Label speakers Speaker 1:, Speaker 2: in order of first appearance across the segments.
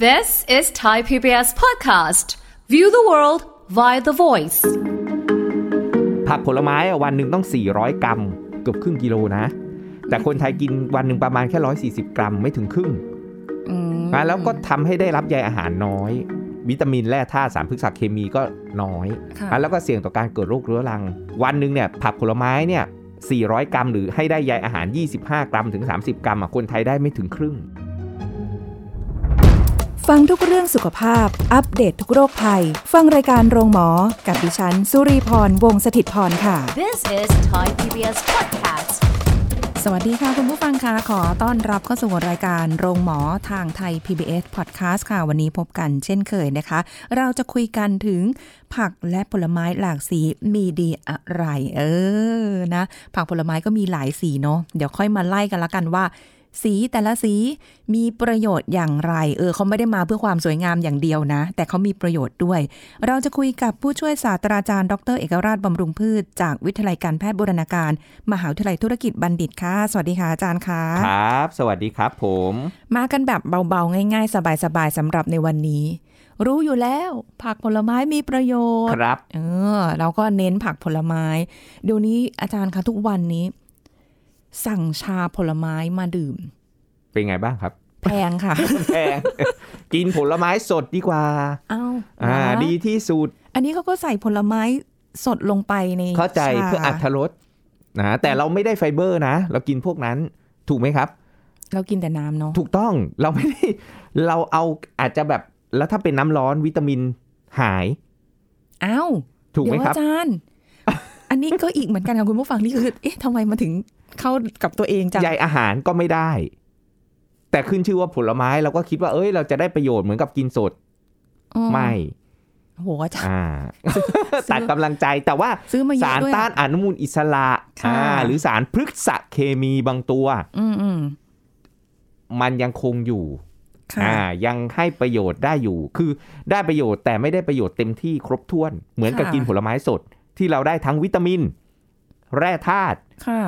Speaker 1: This is Thai PBS podcast. View the world via the voice.
Speaker 2: ผักผลไม้อะวันหนึ่งต้อง 400 กรัมเกือบครึ่งกิโลนะ แต่คนไทยกินวันหนึ่งประมาณแค่ 140 กรัมไม่ถึงครึ่ง
Speaker 1: อืม
Speaker 2: อ่ะแล้วก็ทำให้ได้รับใยอาหารน้อย วิตามินแร่ธาตุสารพฤกษเคมีก็น้อย
Speaker 1: ค่ะ
Speaker 2: อ่ะแล้วก็เสี่ยงต่อการเกิดโรคเรื้อรัง วันหนึ่งเนี่ยผักผลไม้เนี่ย 400 กรัม หรือให้ได้ใยอาหาร 25 กรัมถึง 30 กรัมอ่ะคนไทยได้ไม่ถึงครึ่ง
Speaker 3: ฟังทุกเรื่องสุขภาพ อัปเดตททุกโรคภัย ฟังรายการโรงหมอ กับดิฉัน สุรีพร วงศิตพรค่ะ
Speaker 1: This is Thai PBS podcast.
Speaker 3: สวัสดีค่ะ คุณผู้ฟังค่ะขอต้อนรับเข้าสู่รายการโรงหมอทางไทย PBS Podcast ค่ะ วันนี้พบกันเช่นเคยนะคะ เราจะคุยกันถึงผักและผลไม้หลากสีมีดีอะไร เออนะ ผักผลไม้ก็มีหลายสีเนาะเดี๋ยวค่อยมาไล่กันละกันว่า สีแต่ละสีมีประโยชน์อย่างไร เออเขาไม่ได้มาเพื่อความสวยงามอย่างเดียวนะ แต่เขามีประโยชน์ด้วย เราจะคุยกับผู้ช่วยศาสตราจารย์ดร เอกราชบำรุงพืช จากวิทยาลัยการแพทย์บูรณาการ มหาวิทยาลัยธุรกิจบัณฑิตค่ะ สวัสดีค่ะอาจารย์ค่ะ
Speaker 2: ครับ สวัสดีครับผม
Speaker 3: มากันแบบเบาๆ ง่ายๆ สบายๆสำหรับในวันนี้ รู้อยู่แล้วผักผลไม้มีประโยชน์
Speaker 2: ครับ
Speaker 3: เออเราก็เน้นผักผลไม้ เดี๋ยวนี้อาจารย์คะทุกวันนี้ สั่งชาผลไม้มาดื่ม
Speaker 2: เป็นไงบ้างครับ
Speaker 3: แพงค่ะ
Speaker 2: แพง กินผลไม้สดดีกว่า
Speaker 3: เอ้า
Speaker 2: อ่า
Speaker 3: นะ
Speaker 2: ดีที่สุด
Speaker 3: อันนี้เขาก็ใส่ผลไม้สดลงไปใน
Speaker 2: เข้าใจเพื่ออั
Speaker 3: ชา
Speaker 2: ตรสนะแต่เราไม่ได้ไฟเบอร์นะ เรากินพวกนั้นถูกไหมครับ
Speaker 3: เรากินแต่น้ำเนาะ
Speaker 2: ถูกต้องเราไม่ได้ เราเอาอาจจะแบบแล้วถ้าเป็นน้ำร้อนวิตามินหาย
Speaker 3: เอ้า
Speaker 2: ถูกไหม
Speaker 3: เดี๋ยว
Speaker 2: ครับ
Speaker 3: อาจารย์ อันนี้ก็อีกเหมือนกันค่ะคุณผู้ฟังนี่คือ เอ๊ะทำไมมาถึงเข้ากับตัวเองจัง
Speaker 2: ใยอาหารก็ไม่ได้ แต่ขึ้นชื่อว่าผลไม้เราก็คิดว่าเอ้ย เราจะได้ประโยชน์เหมือนกับกินสด
Speaker 3: อ๋อ
Speaker 2: ไม่
Speaker 3: โอ้โหอาจารย์
Speaker 2: อ่า ตัดกำลังใจแต่ว่า
Speaker 3: ซื้อมาเย
Speaker 2: สาร
Speaker 3: อะด้วย
Speaker 2: ต้า
Speaker 3: อะ
Speaker 2: นอนุมูลอิสระ
Speaker 3: ค่ะ
Speaker 2: อ่าหรือสารพฤกษเคมีบางตัว
Speaker 3: อืมอืม
Speaker 2: มันยังคงอยู่
Speaker 3: ค่ะ
Speaker 2: อ่ายังให้ประโยชน์ได้อยู่ คือได้ประโยชน์แต่ไม่ได้ประโยชน์เต็มที่ครบถ้วน เหมือนกับ
Speaker 3: ค่ะ
Speaker 2: กินผลไม้สด ที่เราได้ทั้งวิตามิน แร่ธาตุ
Speaker 3: ค่ะ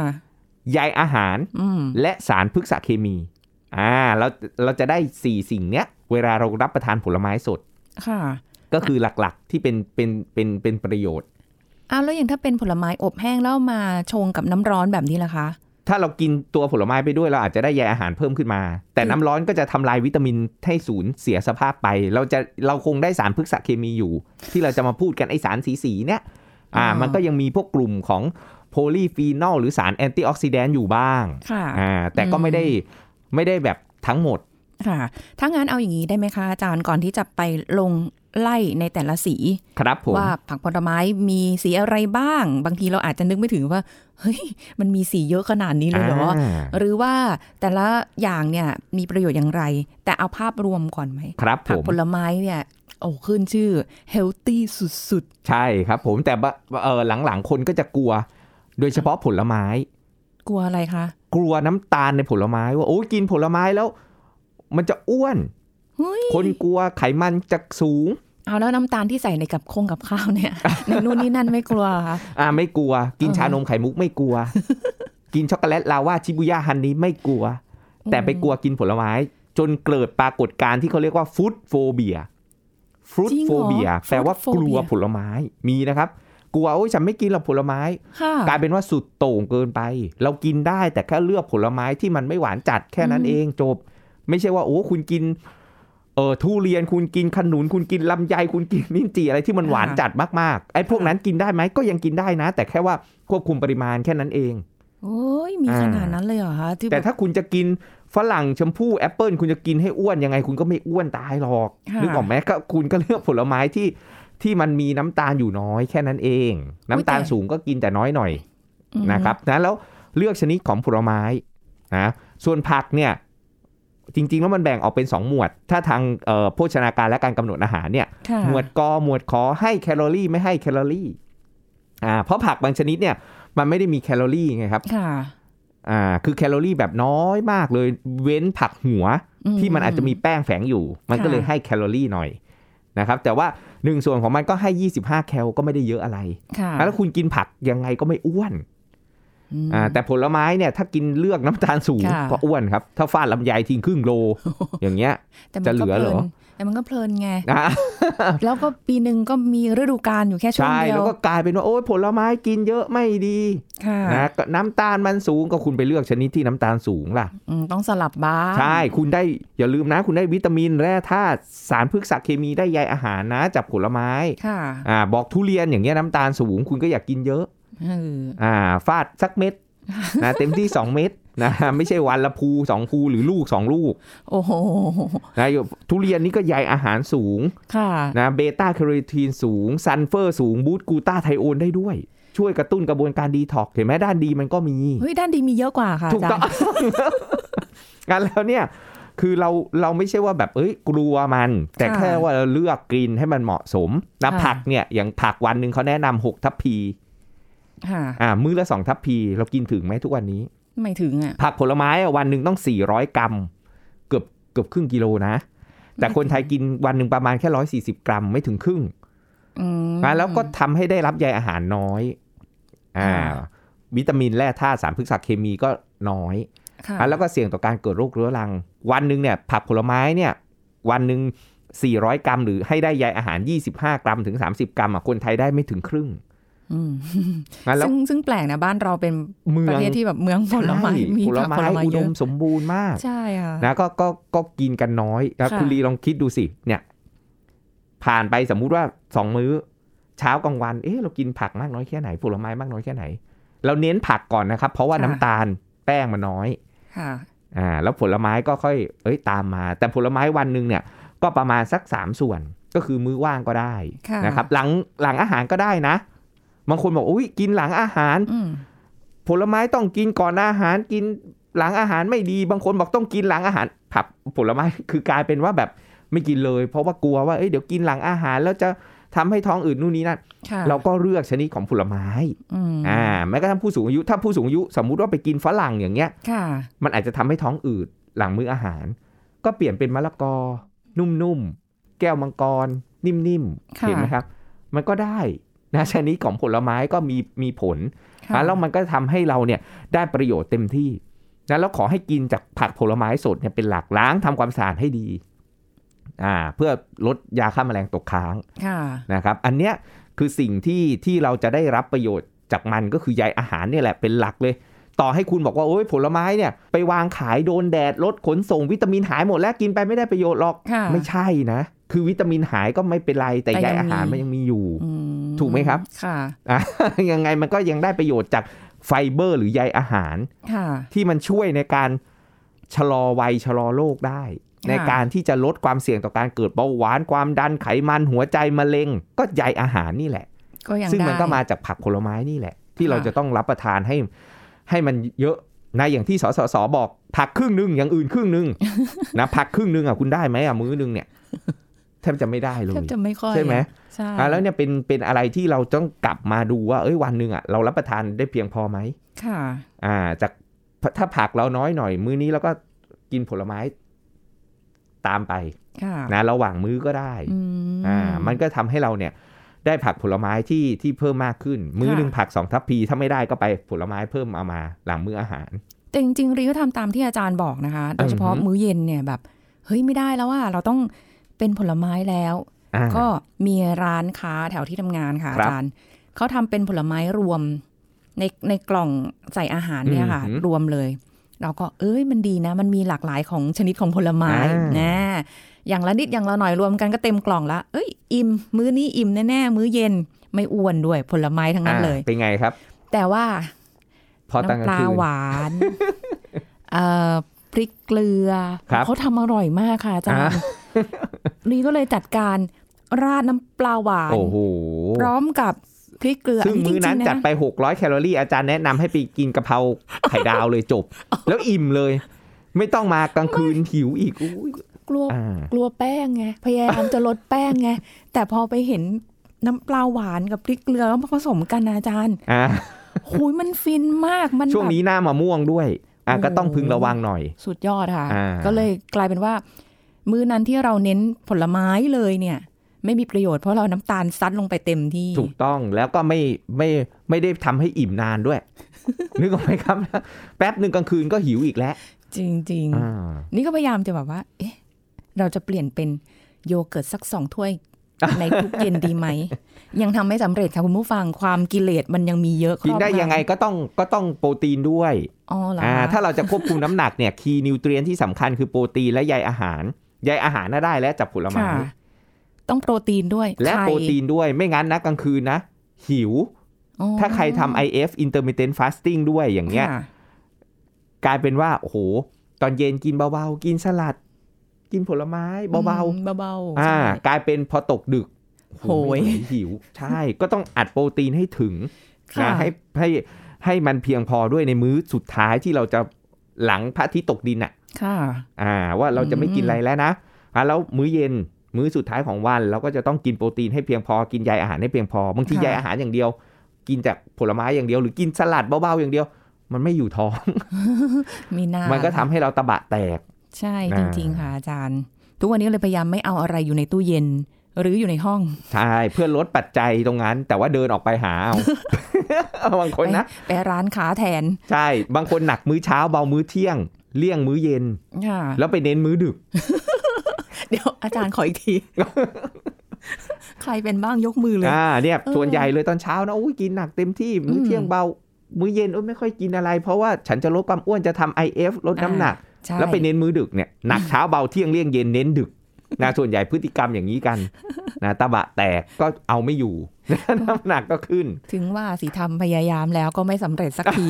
Speaker 2: ใยอาหาร
Speaker 3: อืม
Speaker 2: และสารพฤกษเคมีอ่าเราเราจะได้สี่สิ่งเนี้ยเวลาเรารับประทานผลไม้สด
Speaker 3: ค่ะ
Speaker 2: ก็คือหลักๆที่เป็นเป็นเป็นเป็นประโยชน์
Speaker 3: เอาแล้วอย่างถ้าเป็นผลไม้อบแห้งแล้วมาชงกับน้ำร้อนแบบนี้ล่ะคะ
Speaker 2: ถ้าเรากินตัวผลไม้ไปด้วยเราอาจจะได้ใยอาหารเพิ่มขึ้นมา แต่น้ำร้อนก็จะทำลายวิตามินให้สูญเสียสภาพไป เราจะเราคงได้สารพฤกษเคมีอยู่ ที่เราจะมาพูดกันไอสารสีสีๆเนี่ยอ่า
Speaker 3: อ่ามั
Speaker 2: มันก็ยังมีพวกกลุ่มของโพลีฟีนอลหรือสารแอนตี้ออกซิแดนต์อยู่บ้าง
Speaker 3: ค่ะ
Speaker 2: อ่าแต่ก็
Speaker 3: อืม
Speaker 2: ไม่ได้ไม่ได้แบบทั้งหมด
Speaker 3: ค่ะ ถ้างั้นเอาอย่างนี้ได้ไหมคะอาจารย์ก่อนที่จะไปลงไล่ในแต่ละสี
Speaker 2: ครับผม
Speaker 3: ว่าผักผลไม้มีสีอะไรบ้าง บางทีเราอาจจะนึกไม่ถึงว่า เฮ้ย มันมีสีเยอะขนาดนี้เลยเหรอ
Speaker 2: อ่า
Speaker 3: หรือว่าแต่ละอย่างเนี่ยมีประโยชน์อย่างไร แต่เอาภาพรวมก่อนไหม
Speaker 2: ครับผ
Speaker 3: ผัก
Speaker 2: ม
Speaker 3: ผลไม้เนี่ยโอ้ขึ้นชื่อ healthy สุด
Speaker 2: ใช่ครับผมแต่บะเออหลังๆคนก็จะกลัว โดยเฉพาะผลไม้
Speaker 3: ๆ กลัวอะไรคะ
Speaker 2: กลัวน้ำตาลในผลไม้ว่าโอ้ยกินผลไม้แล้ว มันจะอ้วน
Speaker 3: เฮ้ย
Speaker 2: คนกลัวไขมันจะสูง
Speaker 3: เอาแล้วน้ำตาลที่ใส่ในกับคงกับข้าวเนี่ย ในนู่นนี่นั่นไม่กลัวเหรอคะ
Speaker 2: อ่าไม่กลัว กินชานมไข่มุกไม่กลัว กินช็อกโกแลตลาวาชิบุย่าฮันนี้ไม่กลัว แต่ไปกลัวกินผลไม้ จนเกิดปรากฏการณ์ที่เขาเรียกว่าฟู้ดโฟเบียฟู้ดโฟเบียแปลว่ากลัวผลไม้มีนะครับ กลัวโอ้ยฉันไม่กินหรอกผลไม้
Speaker 3: ค่ะ
Speaker 2: กลายเป็นว่าสุดโต่งเกินไป เรากินได้แต่แค่เลือกผลไม้ที่มันไม่หวานจัดแค่นั้นเองจบ ไม่ใช่ว่าโอ้คุณกินเออทุเรียนคุณกินขนุน คุณกินลำไยคุณกินลิ้นจี่อะไรที่มันหวานจัดมากๆไอ้พวกนั้นกินได้ไหมก็ยังกินได้นะ แต่แค่ว่าควบคุมปริมาณแค่นั้นเอง
Speaker 3: โอ้ยมีขนาดนั้นเลยเหรอคะที่
Speaker 2: แต่
Speaker 3: แบบ
Speaker 2: ถ้าคุณจะกินฝรั่งชมพู่แอปเปิลคุณจะกินให้อ้วนยังไง คุณก็ไม่อ้วนตายหรอก
Speaker 3: ค่ะ
Speaker 2: นึกออกไหมก็คุณก็เลือกผลไม้ที่ที่มันมีน้ำตาลอยู่น้อยแค่นั้นเอง น้ำตาลสูงก็กินแต่น้อยหน่อย
Speaker 3: อืม
Speaker 2: นะครับนะแล้วเลือกชนิดของผลไม้นะส่วนผักเนี่ยจริงๆแล้วมันแบ่งออกเป็น 2 หมวด ถ้าทางเอ่อโภชนาการและการกำหนดอาหารเนี่ย
Speaker 3: ค่ะ
Speaker 2: หมวดกอหมวดขอให้แคลอรี่ไม่ให้แคลอรี่อ่าเพราะผักบางชนิดเนี่ยมันไม่ได้มีแคลอรี่ไงครับ
Speaker 3: ค่ะ
Speaker 2: อ่าคือแคลอรี่แบบน้อยมากเลยเว้นผักหัว
Speaker 3: อื
Speaker 2: ที่มันอาจจะมีแป้งแฝงอยู่ มันก็เลยให้แคลอรี่หน่อยนะครับแต่ว่าหนึ่งส่วนของมันก็ให้ 25 แคลก็ไม่ได้เยอะอะไร
Speaker 3: ค่ะ
Speaker 2: อ่ะแล้วคุณกินผักยังไงก็ไม่อ้วน
Speaker 3: อืม
Speaker 2: อ่าแต่ผลไม้เนี่ยถ้ากินเลือกน้ำตาลสูง
Speaker 3: ค่ะ
Speaker 2: ก็อ้วนครับ ถ้าฟาดลำไยทิ้งครึ่งโล อย่างเงี้ย
Speaker 3: แต่มัน
Speaker 2: จะเหลือเหรอ
Speaker 3: ก็พน แต่มันก็เพลินไง
Speaker 2: อ่ะ
Speaker 3: แล้วก็ปีหนึ่งก็มีฤดูกาลอยู่แค่ช่วง
Speaker 2: ใช่
Speaker 3: เดีย
Speaker 2: แล้ววก็กลายเป็นว่าโอ้ยผลไม้กินเยอะไม่ดี
Speaker 3: ค่ะ
Speaker 2: นะก็น้ำตาลมันสูงก็คุณไปเลือกชนิดที่น้ำตาลสูงล่ะ
Speaker 3: อืมต้องสลับบ้าง
Speaker 2: ใช่คุณได้อย่าลืมนะ คุณได้วิตามินแร่ธาตุสารพฤกษเคมีได้ใยอาหารนะจากผลไม้
Speaker 3: ค่ะ
Speaker 2: อ่าบอกทุเรียนอย่างเงี้ยน้ำตาลสูง คุณก็อยากกินเยอะ
Speaker 3: เออ
Speaker 2: อ่าฟาดสักเม็ด นะเต็มที่ 2 เม็ดนะไม่ใช่วันละภูสองภูหรือลูก 2 ลูก
Speaker 3: โอ้โห
Speaker 2: นะทุเรียนนี่ก็ใยอาหารสูง
Speaker 3: ค่ะ
Speaker 2: นะเบต้าแคโรทีนสูง ซันเฟอร์สูงบูตกลูตาไทโอนได้ด้วย ช่วยกระตุ้นกระบวนการดีท็อกซ์เห็นไหมด้านดีมันก็มี
Speaker 3: เฮ้ยด้านดีมีเยอะกว่าค่ะ
Speaker 2: ถูก
Speaker 3: อาจาร
Speaker 2: ต้อง
Speaker 3: ย์
Speaker 2: กันแล้วเนี่ย คือเราเราไม่ใช่ว่าแบบเอ้ยกลัวมัน แต่
Speaker 3: ค่ะ
Speaker 2: แค่ว่าเราเลือกกินให้มันเหมาะสมนะ
Speaker 3: ค่ะ
Speaker 2: ผักเนี่ยอย่างผักวันหนึ่งเขาแนะนำหกทัพพี
Speaker 3: ค่ะ
Speaker 2: อ่ามื้อละสองทัพพีเรากินถึงไหมทุกวันนี้
Speaker 3: ไม่ถึงอ่ะ
Speaker 2: ผักผลไม้อะวันหนึ่งต้อง 400 กรัม เกือบเกือบครึ่งกิโลนะ แต่คนไทยกินวันหนึ่งประมาณแค่ 140 กรัมไม่ถึงครึ่ง
Speaker 3: อืม
Speaker 2: นะแล้วก็ทำให้ได้รับใยอาหารน้อยอ่า
Speaker 3: ค่ะ
Speaker 2: วิตามินแร่ธาตุสารพฤกษเคมีก็น้อย
Speaker 3: ค่ะ
Speaker 2: อ่ะแล้วก็เสี่ยงต่อการเกิดโรคเรื้อรัง วันหนึ่งเนี่ยผักผลไม้เนี่ยวันหนึ่ง400 กรัม หรือให้ได้ใยอาหาร 25 กรัมถึง 30 กรัมอ่ะคนไทยได้ไม่ถึงครึ่ง
Speaker 3: อืม
Speaker 2: อ่ะแล้ว
Speaker 3: ซึ่งซึ่งแปลกนะบ้านเราเป็น
Speaker 2: เมื
Speaker 3: ป
Speaker 2: อง
Speaker 3: ระเทศที่แบบเมืองผลไม้
Speaker 2: ใช่
Speaker 3: มี
Speaker 2: ผล
Speaker 3: ผัก
Speaker 2: ไม้
Speaker 3: ผลไม้
Speaker 2: อุ
Speaker 3: เย
Speaker 2: ด
Speaker 3: อะ
Speaker 2: มสมบูรณ์มาก
Speaker 3: ใช่ค่ะ
Speaker 2: นะก็ก็ก็กินกันน้อยนะ
Speaker 3: ค่ะ
Speaker 2: คุณลีลองคิดดูสิ เนี่ย ผ่านไปสมมุติว่าสองมื้อ เช้ากลางวัน เอ๊ะเรากินผักมากน้อยแค่ไหนผลไม้มากน้อยแค่ไหน เราเน้นผักก่อนนะครับ เพราะว่าน้ำตาลแป้งมันน้อย
Speaker 3: ค่ะ
Speaker 2: อ่าแล้วผลไม้ก็ค่อย เอ้ยตามมา แต่ผลไม้วันหนึ่งเนี่ย ก็ประมาณสักสามส่วน ก็คือมื้อว่างก็ได้
Speaker 3: ค่ะ
Speaker 2: นะครับ หลังหลังอาหารก็ได้นะบางคนบอกอุ้ยกินหลังอาหาร
Speaker 3: อืม
Speaker 2: ผลไม้ต้องกินก่อนอาหารกินหลังอาหารไม่ดี บางคนบอกต้องกินหลังอาหาร ผักผลไม้ คือกลายเป็นว่าแบบไม่กินเลย เพราะว่ากลัวว่าเอ้ยเดี๋ยวกินหลังอาหารแล้วจะทำให้ท้องอืดนู่นนี่นั่น
Speaker 3: ค่ะ
Speaker 2: เราก็เลือกชนิดของผลไม้
Speaker 3: อืม
Speaker 2: อ่าแม้กระทั่งผู้สูงอายุ ถ้าผู้สูงอายุสมมุติว่าไปกินฝรั่งอย่างเงี้ย
Speaker 3: ค่ะ
Speaker 2: มันอาจจะทำให้ท้องอืดหลังมื้ออาหาร ก็เปลี่ยนเป็นมะละกอ นุ่มๆแก้วมังกร นิ่มๆ
Speaker 3: ค่ะ
Speaker 2: เห็นไหมครับ มันก็ได้นะ ชนิดของผลไม้ก็มีมีผล
Speaker 3: ค่ะ
Speaker 2: อ่ะแล้วมันก็ทำให้เราเนี่ยได้ประโยชน์เต็มที่นะแล้วขอให้กินจากผักผลไม้สดเนี่ยเป็นหลักล้างทำความสะอาดให้ดีอ่าเพื่อลดยาฆ่าแมลงตกค้าง
Speaker 3: ค่ะ
Speaker 2: นะครับ อันเนี้ยคือสิ่งที่ที่เราจะได้รับประโยชน์จากมันก็คือใยอาหารเนี่ยแหละเป็นหลักเลย ต่อให้คุณบอกว่าโอ้ยผลไม้เนี่ยไปวางขายโดนแดดลดขนส่งวิตามินหายหมดแล้วกินไปไม่ได้ประโยชน์หรอก
Speaker 3: ค่ะ
Speaker 2: ไม่ใช่นะ คือวิตามินหายก็ไม่เป็นไรแต่
Speaker 3: แต่
Speaker 2: ใย
Speaker 3: ยังมี
Speaker 2: อาหารมันยังมีอยู่
Speaker 3: อื
Speaker 2: ถูกไหมครับ
Speaker 3: ค่ะ
Speaker 2: อ่ะ ยังไงมันก็ยังได้ประโยชน์จากไฟเบอร์หรือใยอาหาร
Speaker 3: ค่ะ
Speaker 2: ที่มันช่วยในการชะลอวัยชะลอโรคได้
Speaker 3: ะ
Speaker 2: ในการที่จะลดความเสี่ยงต่อการเกิดเบาหวานความดันไขมันหัวใจมะเร็ง ก็ใยอาหารนี่แหละ
Speaker 3: ก็ยัง
Speaker 2: ซึ่ง
Speaker 3: ได้
Speaker 2: มันก็มาจากผักผลไม้นี่แหละ ที่
Speaker 3: ค่ะ
Speaker 2: เราจะต้องรับประทานให้ให้มันเยอะนะอย่างที่สสสบอกผักครึ่งหนึ่งอย่างอื่นครึ่งหนึ่ ง นะผักครึ่งหนึ่งอ่ะคุณได้ไหมอ่ะมื้อหนึ่งเนี่ยแทบจะไม่ได้เลย
Speaker 3: แทบจะไม่ค่อย
Speaker 2: ใช่ไหม
Speaker 3: ใช่
Speaker 2: อ่ะแล้วเนี่ยเป็นเป็นอะไรที่เราต้องกลับมาดูว่าเอ้ยวันหนึ่งอ่ะเรารับประทานได้เพียงพอไหม
Speaker 3: ค่ะ
Speaker 2: อ่าจากถ้าผักเราน้อยหน่อย มื้อนี้เราก็กินผลไม้ตามไป
Speaker 3: ค่ะ
Speaker 2: นะระหว่างมื้อก็ได้
Speaker 3: อืม
Speaker 2: อ่ามันก็ทำให้เราเนี่ยได้ผักผลไม้ที่ที่เพิ่มมากขึ้น มื้อ
Speaker 3: ค่ะ
Speaker 2: หนึ่งผักสองทัพพีถ้าไม่ได้ก็ไปผลไม้เพิ่มเอามาหลังมื้ออาหาร
Speaker 3: แต่จริงๆรีก็ทำตามที่อาจารย์บอกนะคะ โดยเฉพาะ
Speaker 2: อือหือ
Speaker 3: มื้อเย็นเนี่ยแบบ เฮ้ยไม่ได้แล้วว่าเราต้องเป็นผลไม้แล้ว
Speaker 2: อ่า
Speaker 3: ก็มีร้านค้าแถวที่ทำงานค่ะ
Speaker 2: ครั
Speaker 3: อา
Speaker 2: บ
Speaker 3: จารย์เขาทำเป็นผลไม้รวมในในกล่องใส่อาหารเนี่ยค่ะ
Speaker 2: อืม
Speaker 3: รวมเลย เราก็เอ้ยมันดีนะ มันมีหลากหลายของชนิดของผลไม้
Speaker 2: อ่า
Speaker 3: นะอย่างละนิดอย่างละหน่อยรวมกันก็เต็มกล่องละเอ้ยอิ่ม มื้อนี้อิ่มแน่ๆมื้อเย็นไม่อ้วนด้วยผลไม้ทั้งนั้นเลย
Speaker 2: เป็นไงครับ
Speaker 3: แต่ว่า
Speaker 2: พอตั้งก
Speaker 3: น้ำป
Speaker 2: ลา
Speaker 3: ลาง
Speaker 2: คืน
Speaker 3: หวาน เอ่อพริกเกลือ
Speaker 2: ครับ
Speaker 3: เขาทำอร่อยมากค่ะอาจารย์
Speaker 2: อ่ะ
Speaker 3: นี่ก็เลยจัดการราดน้ำปลาหวาน
Speaker 2: โอ้โห
Speaker 3: พร้อมกับพริกเกลือ
Speaker 2: ซึ่งมื้อนั้น
Speaker 3: จริๆ
Speaker 2: จัดไป 600 แคลอรี่อาจารย์แนะนำให้ไปกินกะเพราไข่ดาวเลยจบ แล้วอิ่มเลย ไม่ต้องมากลางคืนหิวอีกอุ้ย
Speaker 3: กลัว
Speaker 2: อ่า
Speaker 3: กลัวแป้งไงพยายามจะลดแป้งไง แต่พอไปเห็นน้ำปลาหวานกับพริกเกลือแล้วมาผสมกันนะอาจารย์
Speaker 2: อ่า
Speaker 3: หุยมันฟินมากมัน
Speaker 2: ช่วง
Speaker 3: แบบ
Speaker 2: นี้หน้ามะม่วงด้วย อ่ะ
Speaker 3: โอ้โห
Speaker 2: ก็ต้องพึงระวังหน่อย
Speaker 3: สุดยอดค่ะ
Speaker 2: อ่า
Speaker 3: ก็เลยกลายเป็นว่า มื้อนั้นที่เราเน้นผลไม้เลยเนี่ย ไม่มีประโยชน์เพราะเราน้ำตาลซัดลงไปเต็มที่
Speaker 2: ถูกต้องแล้วก็ไม่ไม่ไม่ได้ทำให้อิ่มนาน ด้วย นึกออกไหมครับ แป๊บหนึ่งกลางคืนก็หิวอีกแล้ว
Speaker 3: จริง
Speaker 2: อ่า
Speaker 3: ๆ นี่ก็พยายามจะแบบว่า เอ๊ะ เราจะเปลี่ยนเป็น โยเกิร์ตสักสองถ้วย ในทุกเย็นดี ไหม ยังทำไม่สำเร็จค่ะคุณผู้ฟังความกิเลสมันยังมีเยอะครอบ
Speaker 2: กินได้
Speaker 3: งำ
Speaker 2: ยังไงก็ต้องก็ต้องโปรตีนด้วย
Speaker 3: อ๋อเหรอ
Speaker 2: อ่า
Speaker 3: คะ
Speaker 2: ถ้าเราจะควบคุมน้ำหนักเนี่ยคีย์นิวเทรียนที่สำคัญคือโปรตีนและใยอาหาร ใยอาหารน่าได้และจากผลไม้
Speaker 3: ค่ะ ต้องโปรตีนด้วย
Speaker 2: และ
Speaker 3: ไข่
Speaker 2: โปรตีนด้วยไม่งั้นนะกลางคืนนะ หิว
Speaker 3: อ๋อ
Speaker 2: ถ้าใครทำ IF intermittent fasting ด้วยอย่างเงี้ย
Speaker 3: ค่ะ
Speaker 2: กลายเป็นว่า โอ้โห ตอนเย็นกินเบาๆ กินสลัด กินผลไม้เบา
Speaker 3: อืมเบา
Speaker 2: ๆ
Speaker 3: ๆ
Speaker 2: อ่า
Speaker 3: ใช่
Speaker 2: กลายเป็นพอตกดึก
Speaker 3: โหย
Speaker 2: ไม่ไหวหิว ใช่ ก็ต้องอัดโปรตีนให้ถึง
Speaker 3: ค่ะ
Speaker 2: นะให้ให้ให้มันเพียงพอด้วยในมื้อสุดท้ายที่เราจะหลังพระอาทิตย์ตกดินอ่ะ
Speaker 3: ค่ะ
Speaker 2: อ่า ว่าเราจะไม่กิน
Speaker 3: อืม
Speaker 2: อะไรแล้วนะอ่ะแล้วมื้อเย็นมื้อสุดท้ายของวัน เราก็จะต้องกินโปรตีนให้เพียงพอกินใยอาหารให้เพียงพอบางทีใยอาหารอย่างเดียว กินจากผลไม้อย่างเดียว หรือกินสลัดเบาๆอย่างเดียว มันไม่อยู่ท้อง
Speaker 3: มีนา
Speaker 2: มันก็ทำให้เราตะบะแตก
Speaker 3: ใช่
Speaker 2: อ่า
Speaker 3: จริงๆค่ะอาจารย์ ทุกวันนี้เลยพยายามไม่เอาอะไรอยู่ในตู้เย็น หรืออยู่ในห้อง
Speaker 2: ใช่เพื่อลดปัจจัยตรงนั้น แต่ว่าเดินออกไปหาเอา บาง คนนะ
Speaker 3: ไปร้านค้าแทน
Speaker 2: ใช่บางคนหนักมื้อเช้าเบามื้อเที่ยง เลี่ยงมื้อเย็น
Speaker 3: ค่ะ
Speaker 2: แล้วไปเน้นมื้อดึก
Speaker 3: เดี๋ยวอาจารย์ขออีกที ใครเป็นบ้างยกมือเลย
Speaker 2: อ่าเนี่ย
Speaker 3: เออ
Speaker 2: ส่วนใหญ่เลยตอนเช้านะอุ้ยกินหนักเต็มที่มื้ออ
Speaker 3: ม
Speaker 2: เที่ยงเบา มื้อเย็นโอ้ยไม่ค่อยกินอะไร เพราะว่าฉันจะลดความอ้วนจะทำ IF ลดน้ำหนัก
Speaker 3: ใช่
Speaker 2: แล้วไปเน้นมื้อดึกเนี่ยหนักเช้าเบาเที่ยงเลี่ยงเย็นเน้นดึกนะส่วนใหญ่พฤติกรรมอย่างนี้กันนะตะบะแตกก็เอาไม่ อยู่ น้ำหนักก็ขึ้น
Speaker 3: ถึงว่าสีทำพยายามแล้วก็ไม่สำเร็จสัก ที